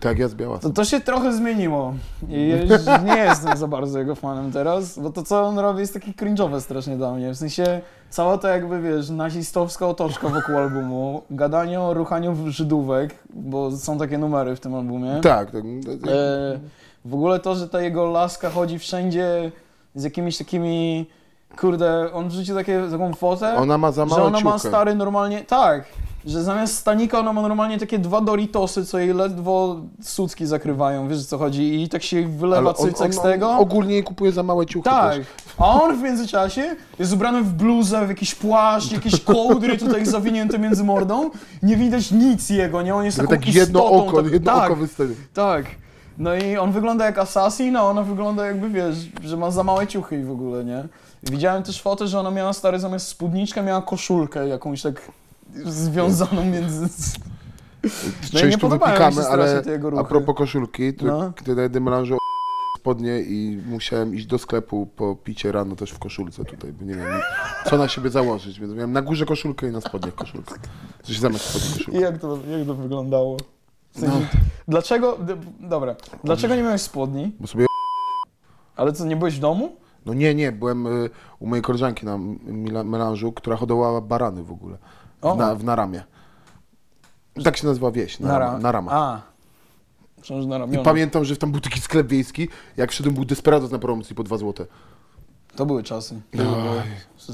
Speaker 2: Tak, ja z Białasa.
Speaker 3: No To, to się trochę zmieniło. I ja już nie jestem za bardzo jego fanem teraz, bo to co on robi jest takie cringe'owe strasznie dla mnie. W sensie cała ta jakby, wiesz, nazistowska otoczka wokół albumu, gadanie o ruchaniu w Żydówek, bo są takie numery w tym albumie.
Speaker 2: Tak, tak.
Speaker 3: E, w ogóle to, że ta jego laska chodzi wszędzie z jakimiś takimi... Kurde, on wrzucił takie, taką fotę
Speaker 2: Ona ma za
Speaker 3: E, że
Speaker 2: mało
Speaker 3: ona ma
Speaker 2: ciuchy.
Speaker 3: stary normalnie. Tak. Że zamiast stanika ona ma normalnie takie dwa Doritosy, co jej ledwo sucki zakrywają, wiesz o co chodzi? I tak się jej wylewa
Speaker 2: Ale on-
Speaker 3: cycek
Speaker 2: on-
Speaker 3: z
Speaker 2: on
Speaker 3: tego.
Speaker 2: Ogólnie jej kupuje za małe ciuchy
Speaker 3: tak.
Speaker 2: też.
Speaker 3: A on w międzyczasie jest ubrany w bluzę, w jakiś płaszcz, jakieś kołdry tutaj zawinięte między mordą. Nie widać nic jego, nie? On jest
Speaker 2: Tylko
Speaker 3: taką
Speaker 2: tak jedno
Speaker 3: istotą,
Speaker 2: oko,
Speaker 3: tak,
Speaker 2: jedno
Speaker 3: tak,
Speaker 2: oko wystawi.
Speaker 3: tak. No i on wygląda jak assassin, a ona wygląda jakby, wiesz, że ma za małe ciuchy i w ogóle, nie? Widziałem też fotę, że ona miała, stary, zamiast spódniczkę miała koszulkę jakąś tak związaną między... [LAUGHS] nie
Speaker 2: Część tu
Speaker 3: podobają mi się
Speaker 2: wypikamy,
Speaker 3: strasznie
Speaker 2: ale
Speaker 3: te jego
Speaker 2: a
Speaker 3: ruchy.
Speaker 2: propos koszulki, to
Speaker 3: No.
Speaker 2: wtedy demelanżu spodnie i musiałem iść do sklepu po picie rano też w koszulce tutaj, bo nie wiem co na siebie założyć, więc miałem na górze koszulkę i na spodnie koszulkę. Coś zamiast spodni
Speaker 3: I
Speaker 2: koszulkę.
Speaker 3: jak to, jak to wyglądało? W sensie,
Speaker 2: No.
Speaker 3: Dlaczego... d- Dobra. Dlaczego nie miałeś spodni?
Speaker 2: Bo sobie
Speaker 3: Ale co, nie byłeś w domu?
Speaker 2: No nie, nie, byłem y, u mojej koleżanki na m- mila- melanżu, która hodowała barany w ogóle.
Speaker 3: O.
Speaker 2: W, na, w Naramie. Tak się nazywa wieś,
Speaker 3: Na
Speaker 2: Narama.
Speaker 3: ra-
Speaker 2: Narama.
Speaker 3: A. Przecież na
Speaker 2: I
Speaker 3: ramionach.
Speaker 2: pamiętam, że tam był taki sklep wiejski, jak wszedłem był Desperados na promocji po 2 złote.
Speaker 3: To były czasy. To
Speaker 2: Oj,
Speaker 3: No,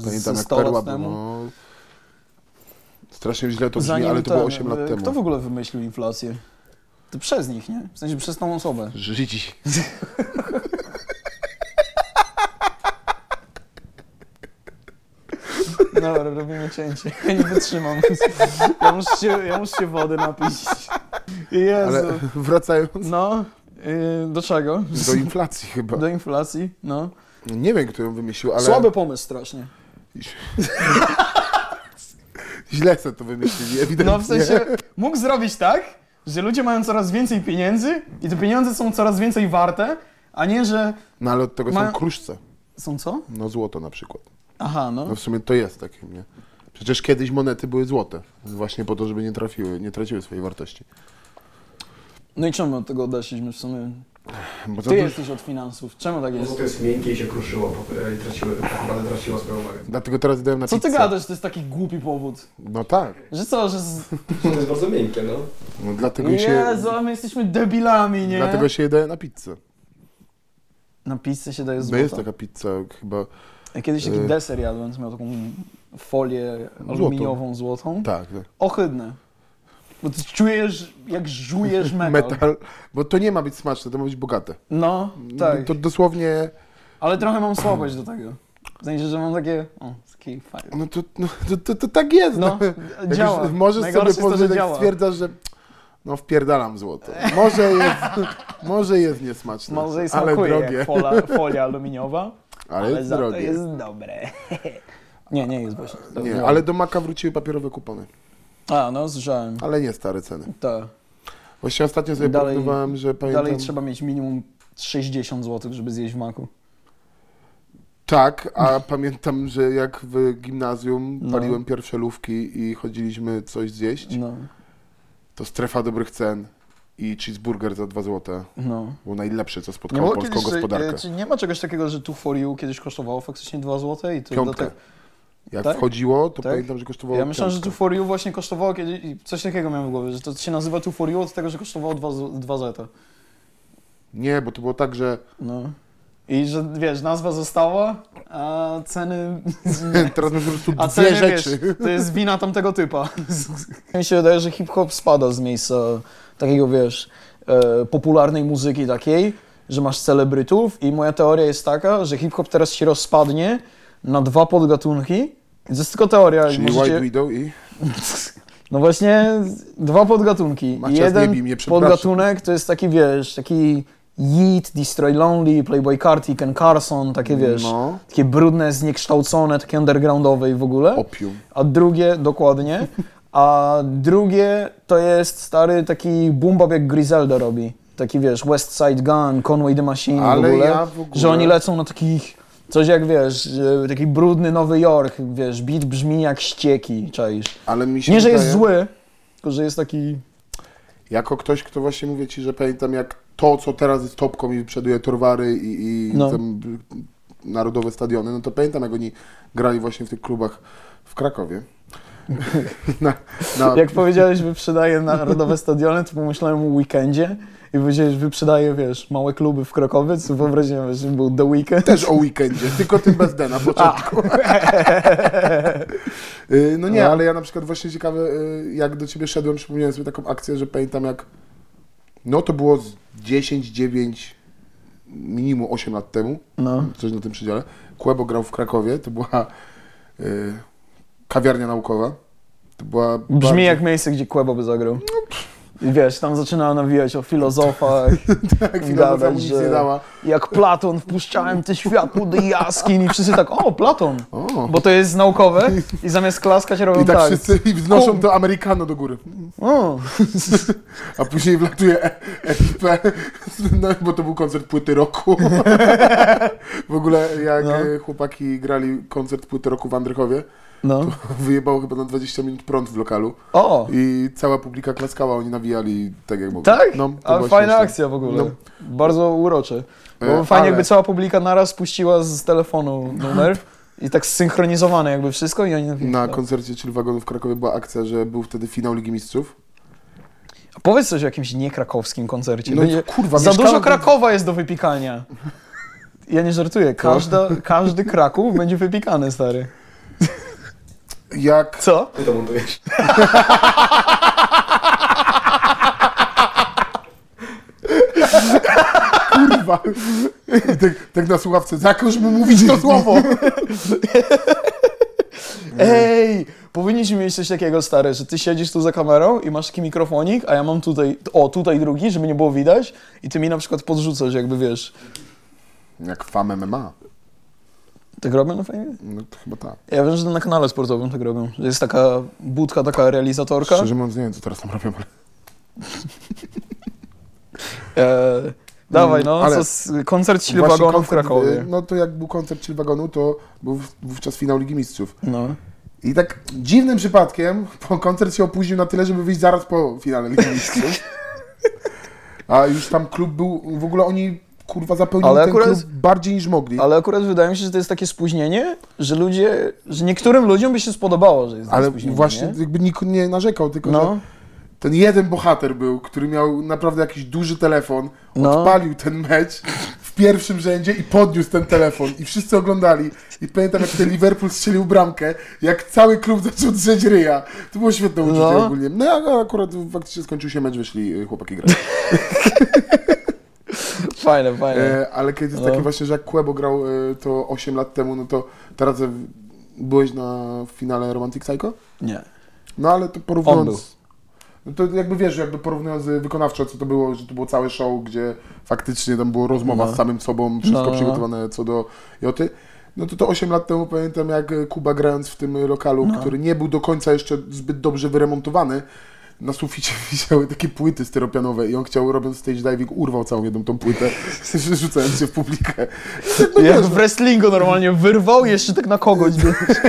Speaker 3: z-
Speaker 2: Pamiętam
Speaker 3: ze
Speaker 2: jak
Speaker 3: 100 lat
Speaker 2: perła była.
Speaker 3: temu.
Speaker 2: No. Strasznie źle to brzmi,
Speaker 3: Zanim
Speaker 2: ale to było
Speaker 3: ten,
Speaker 2: 8 lat
Speaker 3: e,
Speaker 2: temu.
Speaker 3: Kto w ogóle wymyślił inflację? To przez nich, nie? W sensie przez tą osobę.
Speaker 2: Żydzi.
Speaker 3: Dobra, robimy cięcie. [LAUGHS] Ja nie wytrzymam. Ja muszę się, ja muszę się wody napić. Jezu.
Speaker 2: Ale [LAUGHS]
Speaker 3: [LAUGHS]
Speaker 2: wracając
Speaker 3: No, y, do czego?
Speaker 2: do inflacji chyba.
Speaker 3: Do inflacji, no.
Speaker 2: Nie wiem, kto ją wymyślił, ale
Speaker 3: Słaby pomysł strasznie.
Speaker 2: źle sobie to wymyślili, ewidentnie.
Speaker 3: No w sensie mógł zrobić tak, że ludzie mają coraz więcej pieniędzy i te pieniądze są coraz więcej warte, a nie, że
Speaker 2: No ale od tego
Speaker 3: Ma-
Speaker 2: są kruszce.
Speaker 3: są co?
Speaker 2: No złoto na przykład.
Speaker 3: Aha, no.
Speaker 2: No w sumie to jest takim, nie? Przecież kiedyś monety były złote. Właśnie po to, żeby nie trafiły, nie traciły swojej wartości.
Speaker 3: No i czemu od tego odeszliśmy w sumie?
Speaker 2: Bo za
Speaker 3: Ty
Speaker 2: dużo-
Speaker 3: jesteś od finansów. Czemu tak jest?
Speaker 1: Złoto jest miękkie i się kruszyło, po- i traciły, tak naprawdę traciło swoją wagę.
Speaker 2: Dlatego teraz dają na
Speaker 3: Co ty
Speaker 2: pizzę.
Speaker 3: gadasz, to jest taki głupi powód.
Speaker 2: No tak.
Speaker 3: Że co, że... Z...
Speaker 1: To jest bardzo miękkie, no.
Speaker 2: No dlatego się...
Speaker 3: Jezu, a my jesteśmy debilami, nie?
Speaker 2: Dlatego się je daje na pizzę.
Speaker 3: Na pizzę się daje
Speaker 2: Bo
Speaker 3: złota.
Speaker 2: jest taka pizza chyba...
Speaker 3: Ja kiedyś taki
Speaker 2: Y.
Speaker 3: deser jadłem, co miał taką folię
Speaker 2: Złotą.
Speaker 3: aluminiową złotą.
Speaker 2: Tak, tak.
Speaker 3: Ohydne. Bo ty czujesz, jak żujesz metal.
Speaker 2: Metal. Bo to nie ma być smaczne, to ma być bogate.
Speaker 3: No, tak.
Speaker 2: To dosłownie...
Speaker 3: Ale trochę mam słabość do tego. W sensie, że mam takie... O, taki fajny.
Speaker 2: No to, no, to, to, to tak jest.
Speaker 3: No,
Speaker 2: [LAUGHS] No, Jak
Speaker 3: [LAUGHS] działa.
Speaker 2: już Możesz
Speaker 3: Najgorsze jest
Speaker 2: sobie tak
Speaker 3: to, że
Speaker 2: powiedzieć, jak
Speaker 3: działa.
Speaker 2: stwierdzasz, że no wpierdalam złoto. Może jest,
Speaker 3: [LAUGHS]
Speaker 2: może jest niesmaczne,
Speaker 3: Może i
Speaker 2: ale
Speaker 3: smakuje
Speaker 2: drogie.
Speaker 3: jak fola,
Speaker 2: [LAUGHS]
Speaker 3: folia aluminiowa,
Speaker 2: Ale,
Speaker 3: ale,
Speaker 2: jest
Speaker 3: za
Speaker 2: drogie.
Speaker 3: to jest dobre. [LAUGHS] Nie, nie jest właśnie.
Speaker 2: Nie, ale do Maka wróciły papierowe kupony.
Speaker 3: A, no słyszałem.
Speaker 2: Ale nie stare ceny.
Speaker 3: Tak.
Speaker 2: Właśnie ostatnio sobie
Speaker 3: Dalej-
Speaker 2: porównywałem, że pamiętam...
Speaker 3: Dalej trzeba mieć minimum 60 zł, żeby zjeść w maku.
Speaker 2: Tak, a pamiętam, że jak w gimnazjum
Speaker 3: No.
Speaker 2: paliłem pierwsze lówki i chodziliśmy coś zjeść,
Speaker 3: No,
Speaker 2: to strefa dobrych cen i cheeseburger za 2 zł
Speaker 3: no.
Speaker 2: był najlepsze, co spotkało polską gospodarkę.
Speaker 3: e, Czy nie ma czegoś takiego, że tu for you kiedyś kosztowało faktycznie 2 zł i to
Speaker 2: Piątkę.
Speaker 3: do te-
Speaker 2: Jak
Speaker 3: Tak?
Speaker 2: wchodziło, to
Speaker 3: Tak?
Speaker 2: pamiętam, że kosztowało
Speaker 3: Ja myślałem, że
Speaker 2: piątkę.
Speaker 3: tu for you właśnie kosztowało kiedyś. i Coś takiego miałem w głowie, że to się nazywa tu for you od tego, że kosztowało 2, z- 2 zł.
Speaker 2: Nie, bo to było tak, że [LAUGHS]
Speaker 3: No. I że wiesz, nazwa została, a
Speaker 2: [LAUGHS]
Speaker 3: ceny
Speaker 2: teraz mamy po prostu
Speaker 3: A
Speaker 2: dwie
Speaker 3: ceny, wiesz,
Speaker 2: rzeczy.
Speaker 3: to jest wina tamtego typa. [LAUGHS] Mi się wydaje, że hip-hop spada z miejsca takiego, wiesz, e, popularnej muzyki takiej, że masz celebrytów i moja teoria jest taka, że hip-hop teraz się rozpadnie na dwa podgatunki. I To jest tylko teoria.
Speaker 2: Czyli
Speaker 3: możecie-
Speaker 2: White Widow i...
Speaker 3: No właśnie dwa podgatunki.
Speaker 2: Macias, nie
Speaker 3: Jeden
Speaker 2: bij mnie, przepraszam.
Speaker 3: podgatunek to jest taki, wiesz, taki Yeet, Destroy Lonely, Playboy Carti, Ken Carson, takie wiesz,
Speaker 2: No.
Speaker 3: takie brudne, zniekształcone, takie undergroundowe i w ogóle.
Speaker 2: Opium.
Speaker 3: A drugie, dokładnie, a drugie to jest stary taki boom jak Griselda robi. Taki wiesz, West Side Gun, Conway the Machine w
Speaker 2: Ale
Speaker 3: ogóle.
Speaker 2: ja w ogóle-
Speaker 3: Że oni lecą na takich, coś jak wiesz, e, taki brudny Nowy Jork, wiesz, beat brzmi jak ścieki, czaisz.
Speaker 2: Ale mi się
Speaker 3: Nie, że jest
Speaker 2: wydaje-
Speaker 3: zły, tylko że jest taki.
Speaker 2: Jako ktoś, kto właśnie mówię ci, że pamiętam jak to, co teraz jest topką i przeduje Torwary i, i
Speaker 3: No.
Speaker 2: tam b- narodowe stadiony, no to pamiętam jak oni grali właśnie w tych klubach w
Speaker 3: [LAUGHS]
Speaker 2: Krakowie. na, na,
Speaker 3: Jak powiedziałeś, wyprzedaje narodowe stadiony, to pomyślałem o weekendzie i powiedziałeś, wyprzedaje, wiesz, małe kluby w Krakowie, co wyobraziłem, że był The Weekend.
Speaker 2: Też o weekendzie, tylko tym bez D na
Speaker 3: [LAUGHS]
Speaker 2: początku. Y, no nie, ale ja na przykład właśnie ciekawe, y, jak do ciebie szedłem, przypomniałem sobie taką akcję, że pamiętam jak, no to było z 10, 9, minimum 8 lat temu,
Speaker 3: No.
Speaker 2: coś na tym przedziale. Kłebo grał w Krakowie, to była y, kawiarnia naukowa. To była bardzo-
Speaker 3: Brzmi jak miejsce, gdzie Kłebo by zagrał. I wiesz, tam zaczynała nawijać o filozofach,
Speaker 2: [LAUGHS] jak filozofa
Speaker 3: gadać,
Speaker 2: mu nic
Speaker 3: że-
Speaker 2: nie dała.
Speaker 3: jak Platon, wpuszczałem te światło do jaskiń i wszyscy tak, o, Platon,
Speaker 2: O.
Speaker 3: bo to jest naukowe i zamiast klaskać robią
Speaker 2: I tak,
Speaker 3: tak.
Speaker 2: wszyscy i wznoszą to Amerykano do góry.
Speaker 3: O,
Speaker 2: A później wlatuje E- EPP, [LAUGHS] no, bo to był koncert płyty roku. [LAUGHS] W ogóle jak
Speaker 3: No.
Speaker 2: e, chłopaki grali koncert płyty roku w Andrychowie,
Speaker 3: no.
Speaker 2: wyjebało chyba na 20 minut prąd w lokalu
Speaker 3: O,
Speaker 2: i cała publika klaskała, oni nawijali tak jak mogli.
Speaker 3: Tak?
Speaker 2: No, to
Speaker 3: Ale
Speaker 2: właśnie
Speaker 3: fajna
Speaker 2: jeszcze.
Speaker 3: akcja w ogóle.
Speaker 2: No.
Speaker 3: Bardzo urocze. Bo
Speaker 2: E,
Speaker 3: fajnie
Speaker 2: ale-
Speaker 3: jakby cała publika naraz puściła z telefonu numer i tak zsynchronizowane jakby wszystko i oni...
Speaker 2: Na
Speaker 3: tak.
Speaker 2: koncercie Chill Wagonów w Krakowie była akcja, że był wtedy finał Ligi Mistrzów.
Speaker 3: Powiedz coś o jakimś niekrakowskim koncercie.
Speaker 2: No
Speaker 3: Będzie...
Speaker 2: kurwa,
Speaker 3: Za
Speaker 2: mieszkałem-
Speaker 3: dużo Krakowa jest do wypikania. [LAUGHS] Ja nie żartuję. Każda, każdy Kraków będzie wypikany, stary.
Speaker 2: Jak
Speaker 3: Co?
Speaker 1: Ty to montujesz.
Speaker 2: kurwa. [LAUGHS] tak, tak na słuchawce, zakaż mu mówić [LAUGHS] to słowo.
Speaker 3: Mm. Ej! Powinniśmy mieć coś takiego, stary, że ty siedzisz tu za kamerą i masz taki mikrofonik, a ja mam tutaj, o, tutaj drugi, żeby nie było widać i ty mi na przykład podrzucasz, jakby wiesz.
Speaker 2: Jak fam MMA.
Speaker 3: Tak robią na fajnie?
Speaker 2: No to chyba tak.
Speaker 3: Ja wiem, że na kanale sportowym tak robią. że Jest taka budka, taka realizatorka.
Speaker 2: Szczerze mówiąc, nie wiem co teraz tam robią, ale...
Speaker 3: E, dawaj, no,
Speaker 2: Ale-
Speaker 3: co z, koncert
Speaker 2: Właśnie
Speaker 3: Silwagonu w
Speaker 2: koncert, y,
Speaker 3: Krakowie.
Speaker 2: No to jak był koncert Chilwagonu, to był w- wówczas finał Ligi Mistrzów.
Speaker 3: No.
Speaker 2: I tak dziwnym przypadkiem po- koncert się opóźnił na tyle, żeby wyjść zaraz po finale Ligi [LAUGHS] Mistrzów. A już tam klub był, w ogóle oni kurwa zapełnili
Speaker 3: Ale
Speaker 2: ten
Speaker 3: akurat-
Speaker 2: klub bardziej niż mogli. Ale,
Speaker 3: Ale akurat wydaje mi się, że to jest takie spóźnienie, że ludzie, że niektórym ludziom by się spodobało, że jest takie spóźnienie.
Speaker 2: właśnie
Speaker 3: Nie?
Speaker 2: jakby nikt nie narzekał, tylko że
Speaker 3: No,
Speaker 2: ten jeden bohater był, który miał naprawdę jakiś duży telefon,
Speaker 3: No.
Speaker 2: odpalił ten mecz w pierwszym rzędzie i podniósł ten telefon i wszyscy oglądali. I pamiętam jak ten Liverpool strzelił bramkę, jak cały klub zaczął drzeć ryja. To było świetne uczucie
Speaker 3: No.
Speaker 2: ogólnie. No a akurat faktycznie skończył się mecz, wyszli y, chłopaki
Speaker 3: [LAUGHS]
Speaker 2: grać.
Speaker 3: fajne, fajne.
Speaker 2: E, ale kiedy jest takie
Speaker 3: No.
Speaker 2: właśnie, że jak Kłebo grał y, to 8 lat temu, no to teraz y, byłeś na finale Romantic Psycho?
Speaker 3: Nie.
Speaker 2: No ale to
Speaker 3: On był.
Speaker 2: porównując. No to jakby wiesz, jakby porównując y, wykonawczo, co to było, że to było całe show, gdzie faktycznie tam była rozmowa
Speaker 3: No.
Speaker 2: z samym sobą, wszystko
Speaker 3: No, no, no.
Speaker 2: przygotowane co do Joty. No to to 8 lat temu pamiętam, jak y, Kuba grając w tym y, lokalu,
Speaker 3: No.
Speaker 2: który nie był do końca jeszcze zbyt dobrze wyremontowany, na suficie [LAUGHS] wisiały takie płyty styropianowe i on chciał, robiąc stage diving, urwał całą jedną tą płytę, [LAUGHS] rzucając się w publikę. No
Speaker 3: Jak
Speaker 2: wiesz,
Speaker 3: w wrestlingu normalnie wyrwał jeszcze tak na kogoś.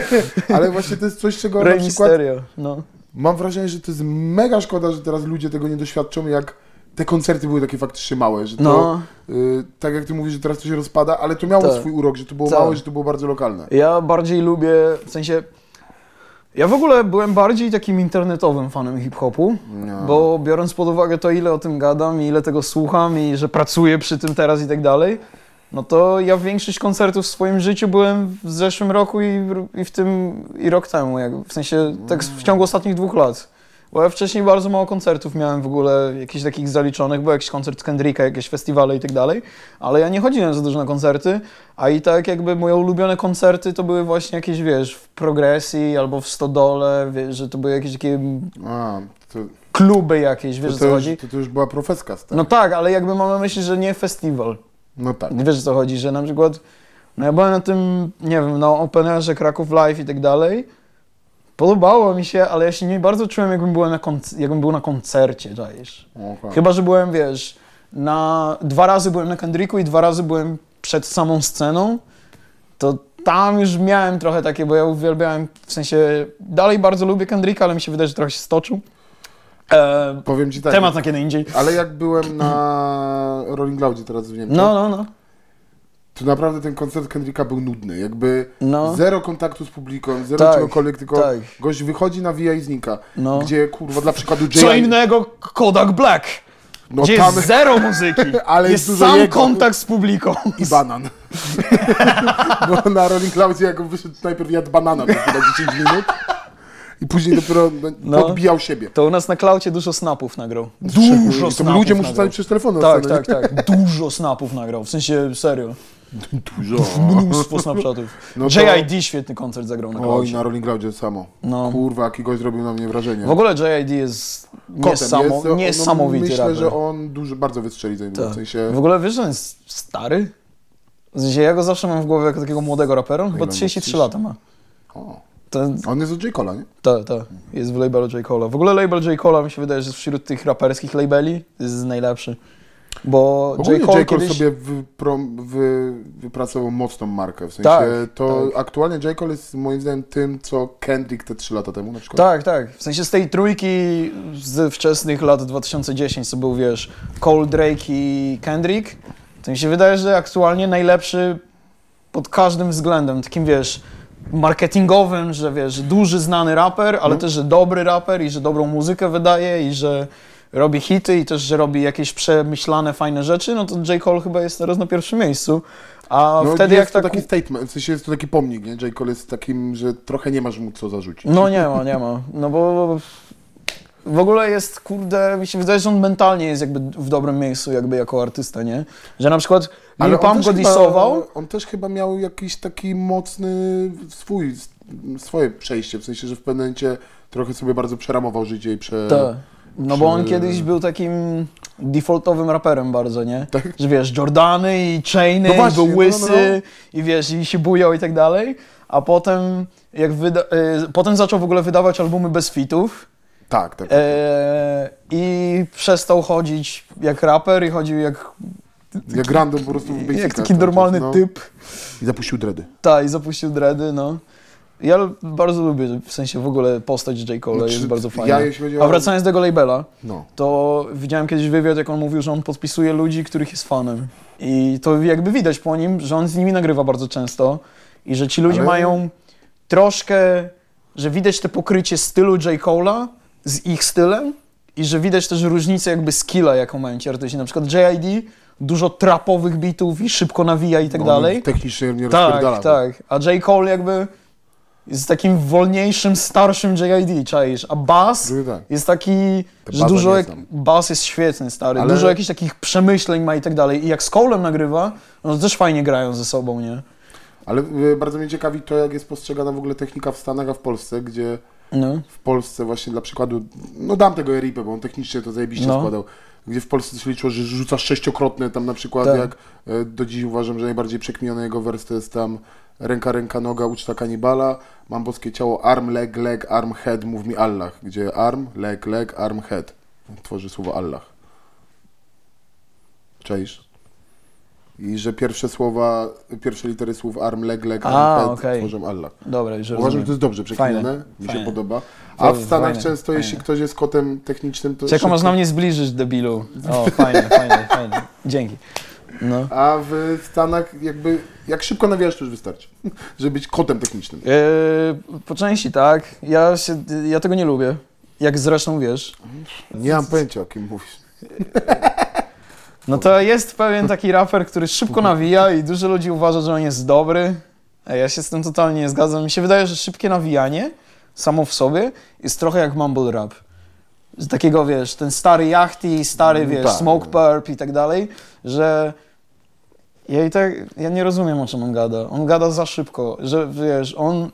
Speaker 2: [LAUGHS] ale właśnie to jest coś, czego na
Speaker 3: Rey
Speaker 2: przykład
Speaker 3: Mysterio. No.
Speaker 2: Mam wrażenie, że to jest mega szkoda, że teraz ludzie tego nie doświadczą, jak te koncerty były takie faktycznie małe, że to,
Speaker 3: no.
Speaker 2: y, tak jak ty mówisz, że teraz to się rozpada, ale to miało
Speaker 3: Tak.
Speaker 2: swój urok, że to było
Speaker 3: Tak.
Speaker 2: małe, że to było bardzo lokalne.
Speaker 3: Ja bardziej lubię, w sensie... Ja w ogóle byłem bardziej takim internetowym fanem hip-hopu,
Speaker 2: No.
Speaker 3: bo biorąc pod uwagę to, ile o tym gadam i ile tego słucham i że pracuję przy tym teraz i tak dalej, no to ja większość koncertów w swoim życiu byłem w zeszłym roku i, w- i w tym, i rok temu, jak, w sensie tak w ciągu ostatnich dwóch lat. Bo ja wcześniej bardzo mało koncertów miałem w ogóle, jakichś takich zaliczonych, był jakiś koncert Kendricka, jakieś festiwale i tak dalej, ale ja nie chodziłem za dużo na koncerty, a i tak jakby moje ulubione koncerty to były właśnie jakieś, wiesz, w Progresji albo w Stodole, wiesz, że to były jakieś takie
Speaker 2: A, to,
Speaker 3: kluby jakieś, wiesz
Speaker 2: to,
Speaker 3: o co
Speaker 2: to,
Speaker 3: chodzi?
Speaker 2: już, to, to już była profeska stara.
Speaker 3: No tak, ale jakby mam na myśli, że nie festiwal.
Speaker 2: No tak.
Speaker 3: Wiesz o co chodzi, że na przykład, no ja byłem na tym, nie wiem, na Openerze Kraków Live i tak dalej. Podobało mi się, ale ja się nie bardzo czułem, jakbym, byłem na konc- jakbym był na koncercie, czaisz.
Speaker 2: Oha.
Speaker 3: Chyba, że byłem, wiesz, na... Dwa razy byłem na Kendricku i dwa razy byłem przed samą sceną, to tam już miałem trochę takie, bo ja uwielbiałem, w sensie, dalej bardzo lubię Kendricka, ale mi się wydaje, że trochę się stoczył. E,
Speaker 2: Powiem ci tak.
Speaker 3: temat na kiedy indziej.
Speaker 2: Ale jak byłem na Rolling Cloudzie teraz w Niemczech,
Speaker 3: No, no, no.
Speaker 2: to naprawdę ten koncert Kendricka był nudny. Jakby
Speaker 3: No.
Speaker 2: zero kontaktu z publiką, zero
Speaker 3: Tak,
Speaker 2: czegokolwiek, tylko
Speaker 3: tak.
Speaker 2: gość wychodzi, nawija i znika.
Speaker 3: No.
Speaker 2: Gdzie kurwa dla przykładu
Speaker 3: Co
Speaker 2: J.I.
Speaker 3: innego Kodak Black,
Speaker 2: no,
Speaker 3: gdzie
Speaker 2: tam
Speaker 3: jest zero muzyki,
Speaker 2: [LAUGHS] Ale jest
Speaker 3: jest,
Speaker 2: dużo
Speaker 3: sam
Speaker 2: jego.
Speaker 3: kontakt z publiką.
Speaker 2: i banan. [LAUGHS] Bo na Rolling Cloudzie jak on wyszedł najpierw jadł banana przez chyba 10 minut i później dopiero no,
Speaker 3: No.
Speaker 2: podbijał siebie.
Speaker 3: [LAUGHS] To u nas na klaucie dużo snapów nagrał.
Speaker 2: I to ludzie muszą stać przez telefon na
Speaker 3: Tak,
Speaker 2: scenę,
Speaker 3: tak, tak. [LAUGHS] Dużo snapów nagrał, w sensie serio.
Speaker 2: nie? Dużo.
Speaker 3: Mnóstwo snapchatów.
Speaker 2: [LAUGHS] No to-
Speaker 3: JID świetny koncert zagrał na
Speaker 2: Oj,
Speaker 3: klaucie.
Speaker 2: na Rolling Cloudzie samo.
Speaker 3: No.
Speaker 2: Kurwa, jaki gość zrobił na mnie wrażenie.
Speaker 3: W ogóle JID jest
Speaker 2: Kotem
Speaker 3: niesamo...
Speaker 2: no,
Speaker 3: niesamowity
Speaker 2: Myślę,
Speaker 3: raper.
Speaker 2: że on dużo, bardzo wystrzeli zajmuje.
Speaker 3: Tak.
Speaker 2: W sensie...
Speaker 3: W ogóle wiesz, że on jest stary? W sensie ja go zawsze mam w głowie jako takiego młodego rapera, on
Speaker 2: Ile
Speaker 3: chyba
Speaker 2: on ma?
Speaker 3: 33 lata ma.
Speaker 2: O,
Speaker 3: To
Speaker 2: a on jest od J. Cola, nie?
Speaker 3: Tak, tak. Jest w labelu J. Cole'a. W ogóle label J. Cole'a mi się wydaje, że wśród tych raperskich labeli jest najlepszy. Bo J.
Speaker 2: Ogólnie
Speaker 3: Cole,
Speaker 2: J. Cole
Speaker 3: kiedyś...
Speaker 2: sobie wyprom- wy, wypracował mocną markę. W sensie
Speaker 3: Tak,
Speaker 2: to aktualnie J. Cole jest moim zdaniem tym, co Kendrick te 3 lata temu na przykład.
Speaker 3: Tak, tak. W sensie z tej trójki z wczesnych lat 2010, co był, wiesz, Cole, Drake i Kendrick, to mi się wydaje, że aktualnie najlepszy pod każdym względem, takim, wiesz, marketingowym, że wiesz, duży, znany raper,
Speaker 2: Mhm.
Speaker 3: ale też, że dobry raper i że dobrą muzykę wydaje i że robi hity i też, że robi jakieś przemyślane, fajne rzeczy, no to J. Cole chyba jest teraz na pierwszym miejscu. A
Speaker 2: No,
Speaker 3: wtedy
Speaker 2: jest
Speaker 3: jak
Speaker 2: to
Speaker 3: tak...
Speaker 2: taki statement, w sensie jest to taki pomnik, nie? J. Cole jest takim, że trochę nie masz mu co zarzucić.
Speaker 3: No nie ma, nie ma. No bo w ogóle jest, kurde, mi się wydaje, że on mentalnie jest jakby w dobrym miejscu jakby jako artysta, nie? Że na przykład Lil Pump
Speaker 2: też
Speaker 3: go
Speaker 2: chyba-
Speaker 3: disował.
Speaker 2: On też chyba miał jakiś taki mocny swój, swoje przejście, w sensie, że w pewnym momencie trochę sobie bardzo przeramował życie i prze...
Speaker 3: Tak. No bo on
Speaker 2: Czy-
Speaker 3: kiedyś był takim defaultowym raperem bardzo, nie? Że wiesz, Jordany i Chainy,
Speaker 2: Tak. No
Speaker 3: i
Speaker 2: właśnie,
Speaker 3: był
Speaker 2: no,
Speaker 3: łysy
Speaker 2: no, no.
Speaker 3: i wiesz, i się bujał i tak dalej. A potem, jak wyda- y, potem zaczął w ogóle wydawać albumy bez fitów.
Speaker 2: Tak, tak.
Speaker 3: E, I przestał chodzić jak raper i chodził jak,
Speaker 2: jak random po prostu w basicach
Speaker 3: jak taki
Speaker 2: cały czas,
Speaker 3: normalny
Speaker 2: no.
Speaker 3: typ.
Speaker 2: I zapuścił dredy.
Speaker 3: Tak, i zapuścił dready, no. Ja l- bardzo lubię, w sensie w ogóle postać J. Cole'a,
Speaker 2: Znaczy,
Speaker 3: jest bardzo
Speaker 2: ja,
Speaker 3: fajna.
Speaker 2: jeśli chodzi o-
Speaker 3: A wracając do tego labela,
Speaker 2: No.
Speaker 3: to widziałem kiedyś wywiad, jak on mówił, że on podpisuje ludzi, których jest fanem. I to jakby widać po nim, że on z nimi nagrywa bardzo często i że ci ludzie
Speaker 2: Ale-
Speaker 3: mają troszkę, że widać te pokrycie stylu J. Cole'a z ich stylem i że widać też różnicę jakby skilla, jaką mają ci artyści. Na przykład J.I.D. dużo trapowych bitów i szybko nawija i tak
Speaker 2: No,
Speaker 3: dalej.
Speaker 2: on Technicznie nie rozpierdala.
Speaker 3: Tak, tak. A J. Cole jakby jest takim wolniejszym, starszym J.I.D., czaisz? A Bass
Speaker 2: Drugi tak.
Speaker 3: jest taki,
Speaker 2: To
Speaker 3: że
Speaker 2: Bassa
Speaker 3: dużo...
Speaker 2: nie
Speaker 3: Jak,
Speaker 2: znam.
Speaker 3: Bass jest świetny, stary.
Speaker 2: Ale-
Speaker 3: Dużo jakichś takich przemyśleń ma i tak dalej. I jak z Colem nagrywa, no to też fajnie grają ze sobą, nie?
Speaker 2: Ale y, bardzo mnie ciekawi to, jak jest postrzegana w ogóle technika w Stanach, a w Polsce, gdzie
Speaker 3: No.
Speaker 2: w Polsce właśnie dla przykładu, no dam tego Eripę, bo on technicznie to zajebiście
Speaker 3: No.
Speaker 2: składał, gdzie w Polsce się liczyło, że rzuca sześciokrotne, tam na przykład
Speaker 3: Tak.
Speaker 2: jak e, do dziś uważam, że najbardziej przekminiony jego wers to jest tam ręka, ręka, noga, uczta kanibala, mam boskie ciało, arm, leg, leg, arm, head, mów mi Allah, gdzie arm, leg, leg, arm, head, tworzy słowo Allah. Czaisz? I że pierwsze słowa, pierwsze litery słów arm, leg, leg, arm,
Speaker 3: A,
Speaker 2: head
Speaker 3: okej.
Speaker 2: tworzą Allah.
Speaker 3: Dobra, już
Speaker 2: Uważam,
Speaker 3: rozumiem.
Speaker 2: że to jest dobrze przeklinane,
Speaker 3: Fajne,
Speaker 2: mi się
Speaker 3: fajne.
Speaker 2: podoba. A
Speaker 3: Fajne,
Speaker 2: w Stanach
Speaker 3: fajne,
Speaker 2: często,
Speaker 3: fajne.
Speaker 2: jeśli ktoś jest kotem technicznym, to
Speaker 3: Czekam, aż
Speaker 2: szybko.
Speaker 3: na mnie zbliżysz, debilu.
Speaker 2: [LAUGHS]
Speaker 3: O, fajnie, fajnie, fajnie. Dzięki. No.
Speaker 2: A w Stanach jakby, jak szybko nawijasz, to już wystarczy, [LAUGHS] żeby być kotem technicznym.
Speaker 3: Yy, po części tak. Ja, się, ja tego nie lubię. Jak zresztą wiesz.
Speaker 2: Nie mam pojęcia, o kim mówisz.
Speaker 3: No to jest pewien taki raper, który szybko nawija i dużo ludzi uważa, że on jest dobry. A ja się z tym totalnie nie zgadzam. Mi się wydaje, że szybkie nawijanie samo w sobie jest trochę jak mumble rap. z takiego, wiesz, ten stary jachty, stary,
Speaker 2: No
Speaker 3: wiesz,
Speaker 2: tak.
Speaker 3: smoke perp i tak dalej, że ja i tak, ja nie rozumiem, o czym on gada. On gada za szybko, że, wiesz, on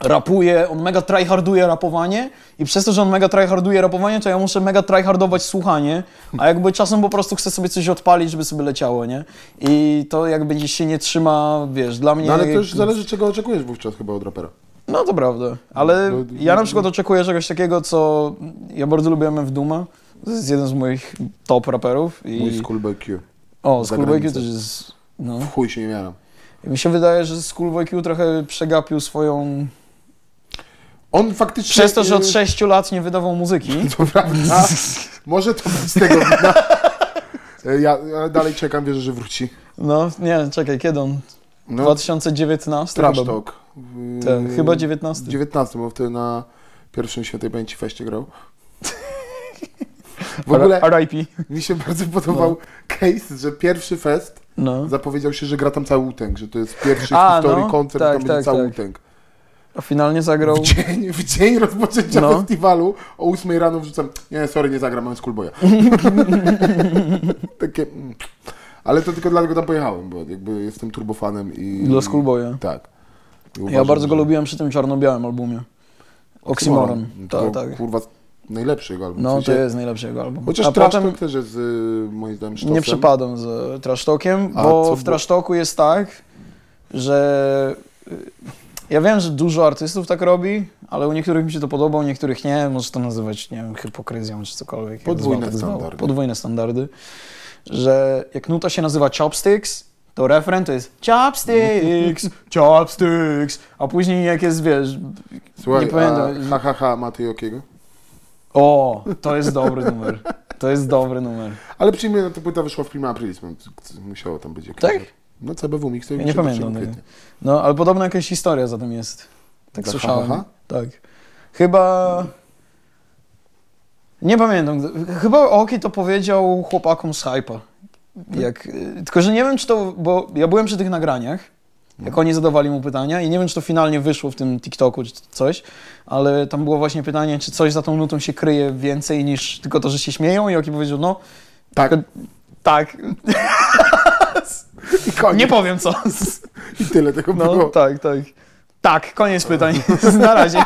Speaker 3: rapuje, on mega tryharduje rapowanie i przez to, że on mega tryharduje rapowanie, to ja muszę mega tryhardować słuchanie, a jakby czasem po prostu chcę sobie coś odpalić, żeby sobie leciało, nie? I to jakby się nie trzyma, wiesz, dla mnie...
Speaker 2: No ale to już zależy, czego oczekujesz wówczas chyba od rapera.
Speaker 3: No to prawda, ale
Speaker 2: No,
Speaker 3: ja na przykład oczekuję czegoś takiego, co ja bardzo lubię MF Duma. To jest jeden z moich top raperów
Speaker 2: Mój
Speaker 3: i
Speaker 2: Schoolboy Q.
Speaker 3: o, Schoolboy Q
Speaker 2: zagranicę.
Speaker 3: też jest no.
Speaker 2: W chuj się nie miałem.
Speaker 3: I Mi się wydaje, że Schoolboy Q trochę przegapił swoją
Speaker 2: On faktycznie...
Speaker 3: przez to,
Speaker 2: [LAUGHS]
Speaker 3: że od
Speaker 2: y,
Speaker 3: 6 lat nie wydawał muzyki.
Speaker 2: To prawda. Może to być z tego
Speaker 3: [LAUGHS]
Speaker 2: wina. Y, Ja, ja dalej czekam, wierzę, że wróci.
Speaker 3: No, nie, czekaj, kiedy on?
Speaker 2: No,
Speaker 3: 2019
Speaker 2: Trash
Speaker 3: chyba.
Speaker 2: Talk. Y,
Speaker 3: Tak, chyba 19.
Speaker 2: 19, bo wtedy na pierwszym świętej pamięci feście
Speaker 3: [LAUGHS]
Speaker 2: grał. W ogóle
Speaker 3: RIP.
Speaker 2: mi się bardzo podobał case, że pierwszy fest
Speaker 3: No.
Speaker 2: zapowiedział się, że gra tam cały Utęg, że to jest pierwszy
Speaker 3: A,
Speaker 2: w historii
Speaker 3: no,
Speaker 2: koncert,
Speaker 3: tak,
Speaker 2: tam będzie
Speaker 3: tak,
Speaker 2: cały
Speaker 3: tak.
Speaker 2: Utęg.
Speaker 3: A finalnie zagrał.
Speaker 2: W dzień, w dzień rozpoczęcia
Speaker 3: No.
Speaker 2: festiwalu o 8 rano wrzucam, nie, sorry, nie zagram, mam
Speaker 3: [LAUGHS]
Speaker 2: Skullboya. Takie... mm. Ale to tylko dlatego tam pojechałem, bo jakby jestem turbofanem i...
Speaker 3: Dla Schoolboya.
Speaker 2: Tak. I
Speaker 3: Ja
Speaker 2: uważam,
Speaker 3: bardzo go
Speaker 2: że-
Speaker 3: lubiłem przy tym czarno-białym albumie. Oxymoron.
Speaker 2: To
Speaker 3: Tak, tak.
Speaker 2: Kurwa, najlepszy jego album. W
Speaker 3: No, to
Speaker 2: sensie-
Speaker 3: jest najlepszy jego album.
Speaker 2: Chociaż
Speaker 3: A
Speaker 2: Trash
Speaker 3: potem
Speaker 2: Talk też jest, y, moim zdaniem, sztosem.
Speaker 3: nie przepadam za trasztokiem,
Speaker 2: A
Speaker 3: bo
Speaker 2: co
Speaker 3: w
Speaker 2: było?
Speaker 3: trasztoku jest tak, że y, ja wiem, że dużo artystów tak robi, ale u niektórych mi się to podoba, u niektórych nie. Możesz to nazywać, nie wiem, hipokryzją czy cokolwiek. jak
Speaker 2: Podwójne
Speaker 3: zwał, tak zwał.
Speaker 2: standardy.
Speaker 3: Podwójne standardy. Że jak nuta się nazywa chopsticks, to refren to jest chopsticks,
Speaker 2: [LAUGHS]
Speaker 3: chopsticks, a później jak jest, wiesz,
Speaker 2: Słuchaj,
Speaker 3: nie pamiętam.
Speaker 2: A, ha, ha, ha, Matej Okiego.
Speaker 3: o, to jest dobry numer. To jest dobry numer.
Speaker 2: Ale przyjmijmy, że ta płyta wyszła w Prima Aprilis, więc musiało tam być jakieś...
Speaker 3: Tak?
Speaker 2: No, CBW Mix to
Speaker 3: Ja
Speaker 2: już
Speaker 3: nie
Speaker 2: przed-
Speaker 3: pamiętam
Speaker 2: przed-
Speaker 3: tego. No, ale podobno jakaś historia za tym jest. Tak
Speaker 2: Za
Speaker 3: słyszałem.
Speaker 2: HHH?
Speaker 3: Tak. Chyba. Nie pamiętam. Chyba Oki to powiedział chłopakom z hypa. Jak, y, tylko, że nie wiem, czy to. Bo ja byłem przy tych nagraniach, jak oni zadawali mu pytania, i nie wiem, czy to finalnie wyszło w tym TikToku czy coś, ale tam było właśnie pytanie, czy coś za tą nutą się kryje więcej niż tylko to, że się śmieją, i Oki powiedział, no.
Speaker 2: Tak.
Speaker 3: Tak.
Speaker 2: I koniec.
Speaker 3: Nie powiem co.
Speaker 2: I tyle tego
Speaker 3: No,
Speaker 2: było.
Speaker 3: tak, tak. Tak, koniec pytań. [LAUGHS] Na razie.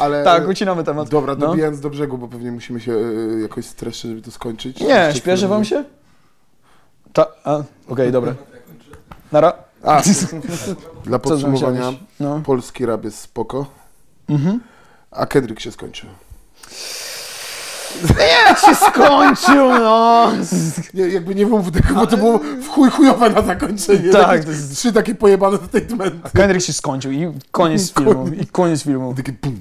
Speaker 2: Ale...
Speaker 3: tak, ucinamy temat.
Speaker 2: Dobra,
Speaker 3: no.
Speaker 2: dobijając do brzegu, bo pewnie musimy się y, jakoś streszyć, żeby to skończyć.
Speaker 3: Nie,
Speaker 2: Jeszcze
Speaker 3: śpieszy
Speaker 2: chwilę.
Speaker 3: wam się? Ta, a, okej, dobra. Nara.
Speaker 2: A,
Speaker 3: [LAUGHS]
Speaker 2: dla
Speaker 3: Co tam
Speaker 2: podsumowania,
Speaker 3: chciałeś? No.
Speaker 2: polski rap jest spoko,
Speaker 3: Mhm.
Speaker 2: a Kendrick się skończył.
Speaker 3: Jak się skończył, no!
Speaker 2: Nie, jakby nie było tego, bo to było w chuj chujowe na zakończenie.
Speaker 3: Tak,
Speaker 2: Jakieś
Speaker 3: to jest-
Speaker 2: Trzy takie pojebane statementy.
Speaker 3: Kendrick się skończył i koniec filmu. I koniec filmu.
Speaker 2: Takie bum,